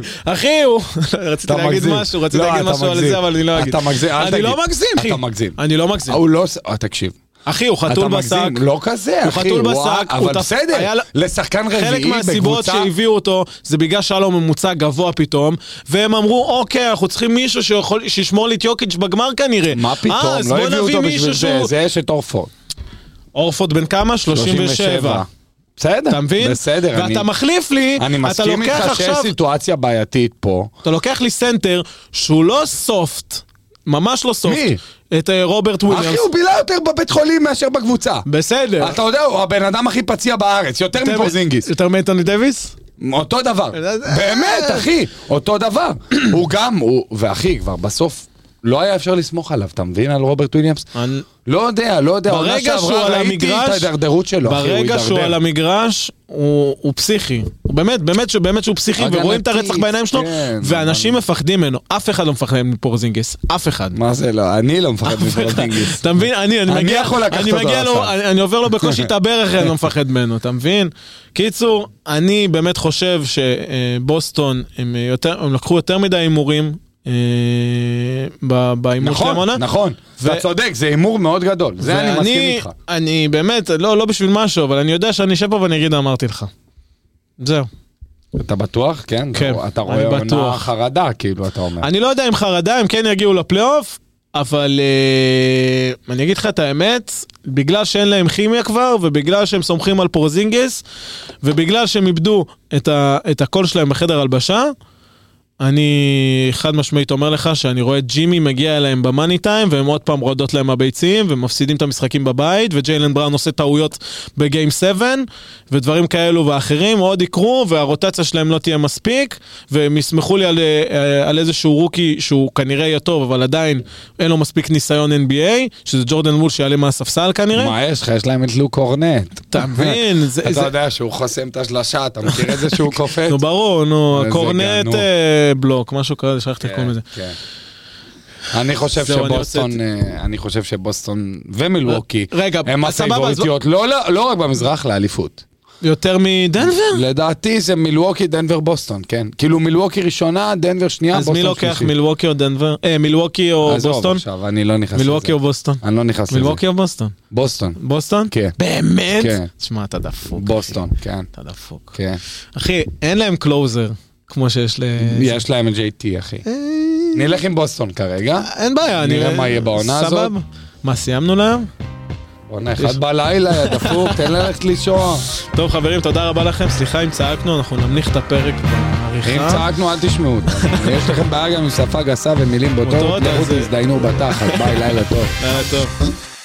S1: די, אחי, הוא... *laughs* רציתי
S2: אתה
S1: להגיד
S2: מגזים.
S1: משהו, רציתי
S2: לא,
S1: להגיד
S2: אתה
S1: משהו על
S2: מגזים.
S1: זה, אבל אני לא
S2: אתה
S1: אגיד.
S2: מגזים, אל
S1: אני
S2: תגיד.
S1: לא מגזים, אחי.
S2: אתה מגזים.
S1: אני לא מגזים.
S2: הוא לא... עושה- אה, תקשיב.
S1: אחי, הוא
S2: אתה
S1: חתול בשק.
S2: מגזים, לא כזה,
S1: הוא
S2: אחי.
S1: חתול
S2: וואו,
S1: בשק, הוא
S2: אבל
S1: תפ- היה
S2: בסדר,
S1: לה-
S2: לשחקן
S1: חלק
S2: רביעי
S1: מהסיבות
S2: בקבוצה...
S1: שהביאו אותו זה בגלל שהיה לו ממוצע גבוה פתאום, והם אמרו, אוקיי, אנחנו צריכים מישהו שיכול- שישמור לי את יוקיץ' בגמר כנראה.
S2: מה
S1: אה,
S2: פתאום,
S1: אז
S2: לא
S1: בוא
S2: הביאו
S1: נביא
S2: אותו
S1: מישהו
S2: בשביל זה,
S1: שהוא-
S2: זה יש את אורפורד.
S1: אורפורד בן כמה? 37.
S2: בסדר,
S1: אתה מבין?
S2: בסדר, אני-
S1: ואתה מחליף לי,
S2: אני
S1: אתה
S2: מסכים
S1: לוקח
S2: איתך שיש
S1: עכשיו
S2: סיטואציה בעייתית פה.
S1: אתה לוקח לי סנטר שהוא לא סופט, ממש לא סופט.
S2: מי?
S1: את אה, רוברט
S2: אחי,
S1: וויליאמס.
S2: הוא בילה יותר בבית חולים מאשר בקבוצה.
S1: בסדר.
S2: אתה יודע, הוא הבן אדם הכי פציע בארץ, יותר
S1: יותר-
S2: מפורזינגיס.
S1: יותר מאנטוני דוויס?
S2: אותו דבר. באמת,
S1: אה.
S2: אחי, אותו דבר. *clears throat* הוא גם, הוא, ואחי, כבר בסוף, לא היה אפשר לסמוך עליו, אתה מבין? על רוברט וויליאמס?
S1: אני-
S2: לא יודע, לא יודע, עונה
S1: ברגע שהוא
S2: שעברה
S1: על
S2: ראיתי
S1: המגרש,
S2: את ההידרדרות שלו, לא, אחי, הוא
S1: ברגע שהוא על
S2: הידרדר.
S1: המגרש, הוא הוא פסיכי. הוא באמת, באמת שהוא- באמת שהוא פסיכי,
S2: הגנתי,
S1: ורואים את הרצח בעיניים שלו,
S2: כן,
S1: ואנשים מפחדים ממנו. אף אחד לא מפחד מפורזינגס, אף אחד.
S2: מה זה לא? אני לא מפחד מפורזינגיס.
S1: אתה מבין? אני, אני
S2: אני
S1: מגיע,
S2: יכול לקחת
S1: אני
S2: אותו
S1: מגיע לו,
S2: עכשיו.
S1: אני, אני עובר לו בקושי את הברך, אני לא מפחד ממנו, אתה מבין? קיצור, אני באמת חושב שבוסטון, הם, יותר, הם לקחו יותר מדי הימורים אה, ב- בהימור שלהם
S2: נכון,
S1: העונה.
S2: נכון.
S1: ו-
S2: אתה צודק, זה הימור מאוד גדול. זה אני מסכים
S1: ואני-
S2: איתך.
S1: אני באמת, לא, לא בשביל משהו, אבל אני יודע שאני אשב פה ואני אגיד אמרתי לך. זהו.
S2: אתה בטוח? כן.
S1: כן,
S2: אתה- אתה
S1: אני
S2: רואה עונה
S1: בטוח.
S2: חרדה, כאילו, אתה אומר.
S1: אני לא יודע אם חרדה, הם כן יגיעו לפלייאוף, אבל אה, אני אגיד לך את האמת, בגלל שאין להם כימיה כבר, ובגלל שהם סומכים על פורזינגס, ובגלל שהם איבדו את, ה, את הקול שלהם בחדר הלבשה, אני חד משמעית אומר לך שאני רואה את ג'ימי מגיע אליהם במאני טיים והם עוד פעם רועדות להם הביצים ומפסידים את המשחקים בבית וג'יילן בראון עושה טעויות בגיים 7 ודברים כאלו ואחרים עוד יקרו והרוטציה שלהם לא תהיה מספיק והם יסמכו לי על, אה, על איזשהו רוקי שהוא כנראה יהיה טוב אבל עדיין אין לו מספיק ניסיון NBA שזה ג'ורדן מול שיעלה מהספסל כנראה.
S2: מה יש לך? יש להם את לוק קורנט.
S1: אתה מבין? זה-
S2: *laughs* אתה
S1: זה-
S2: יודע שהוא חוסם את השלשה, אתה מכיר את זה
S1: *laughs*
S2: שהוא קופץ?
S1: נו ברור, נו,
S2: איזה
S1: קורנט
S2: גנוב.
S1: אה, בלוק, משהו כזה, שכחתי איך קוראים לזה.
S2: כן. אני חושב
S1: זהו, אני
S2: שבוסטון,
S1: רוצה
S2: אה, אני חושב שבוסטון ומילווקי,
S1: רגע,
S2: הם
S1: אז סבבה, אז
S2: הפייבוריטיות, לא- לא לא רק במזרח, לאליפות.
S1: יותר מדנבר?
S2: לדעתי זה מילווקי, דנבר, בוסטון, כן. כאילו מילווקי ראשונה, דנבר שנייה,
S1: אז
S2: אה,
S1: מי
S2: בוסטון שלישית.
S1: לוקח מילווקי או דנבר? אה, מילווקי או
S2: עזוב
S1: בוסטון?
S2: עכשיו, אני לא נכנס לזה.
S1: מילווקי או בוסטון?
S2: אני לא נכנס לזה.
S1: מילווקי או בוסטון?
S2: בוסטון.
S1: בוסטון?
S2: כן.
S1: באמת?
S2: כן.
S1: תשמע, אתה דפוק.
S2: בוסטון, כן.
S1: אתה דפוק.
S2: כן.
S1: אחי, אין להם קלוזר, כמו שיש ל...
S2: יש להם את JT, אחי. נלך עם בוסטון כרגע.
S1: אין בעיה, אני...
S2: נראה מה יהיה בעונה הזאת.
S1: סבבה. מה, סיימנו להם?
S2: עונה אחד בלילה, יא דפוק, תן ללכת לישון.
S1: טוב, חברים, תודה רבה לכם. סליחה אם צעקנו, אנחנו נמליך את הפרק
S2: אם
S1: בעריכה.
S2: צעקנו, אל תשמעו אותנו. יש לכם בעיה גם עם שפה גסה ומילים בוטות,
S1: בוטות,
S2: לכו
S1: אז-
S2: תזדיינו בתחת, ביי, לילה טוב.
S1: יאללה, אה, טוב.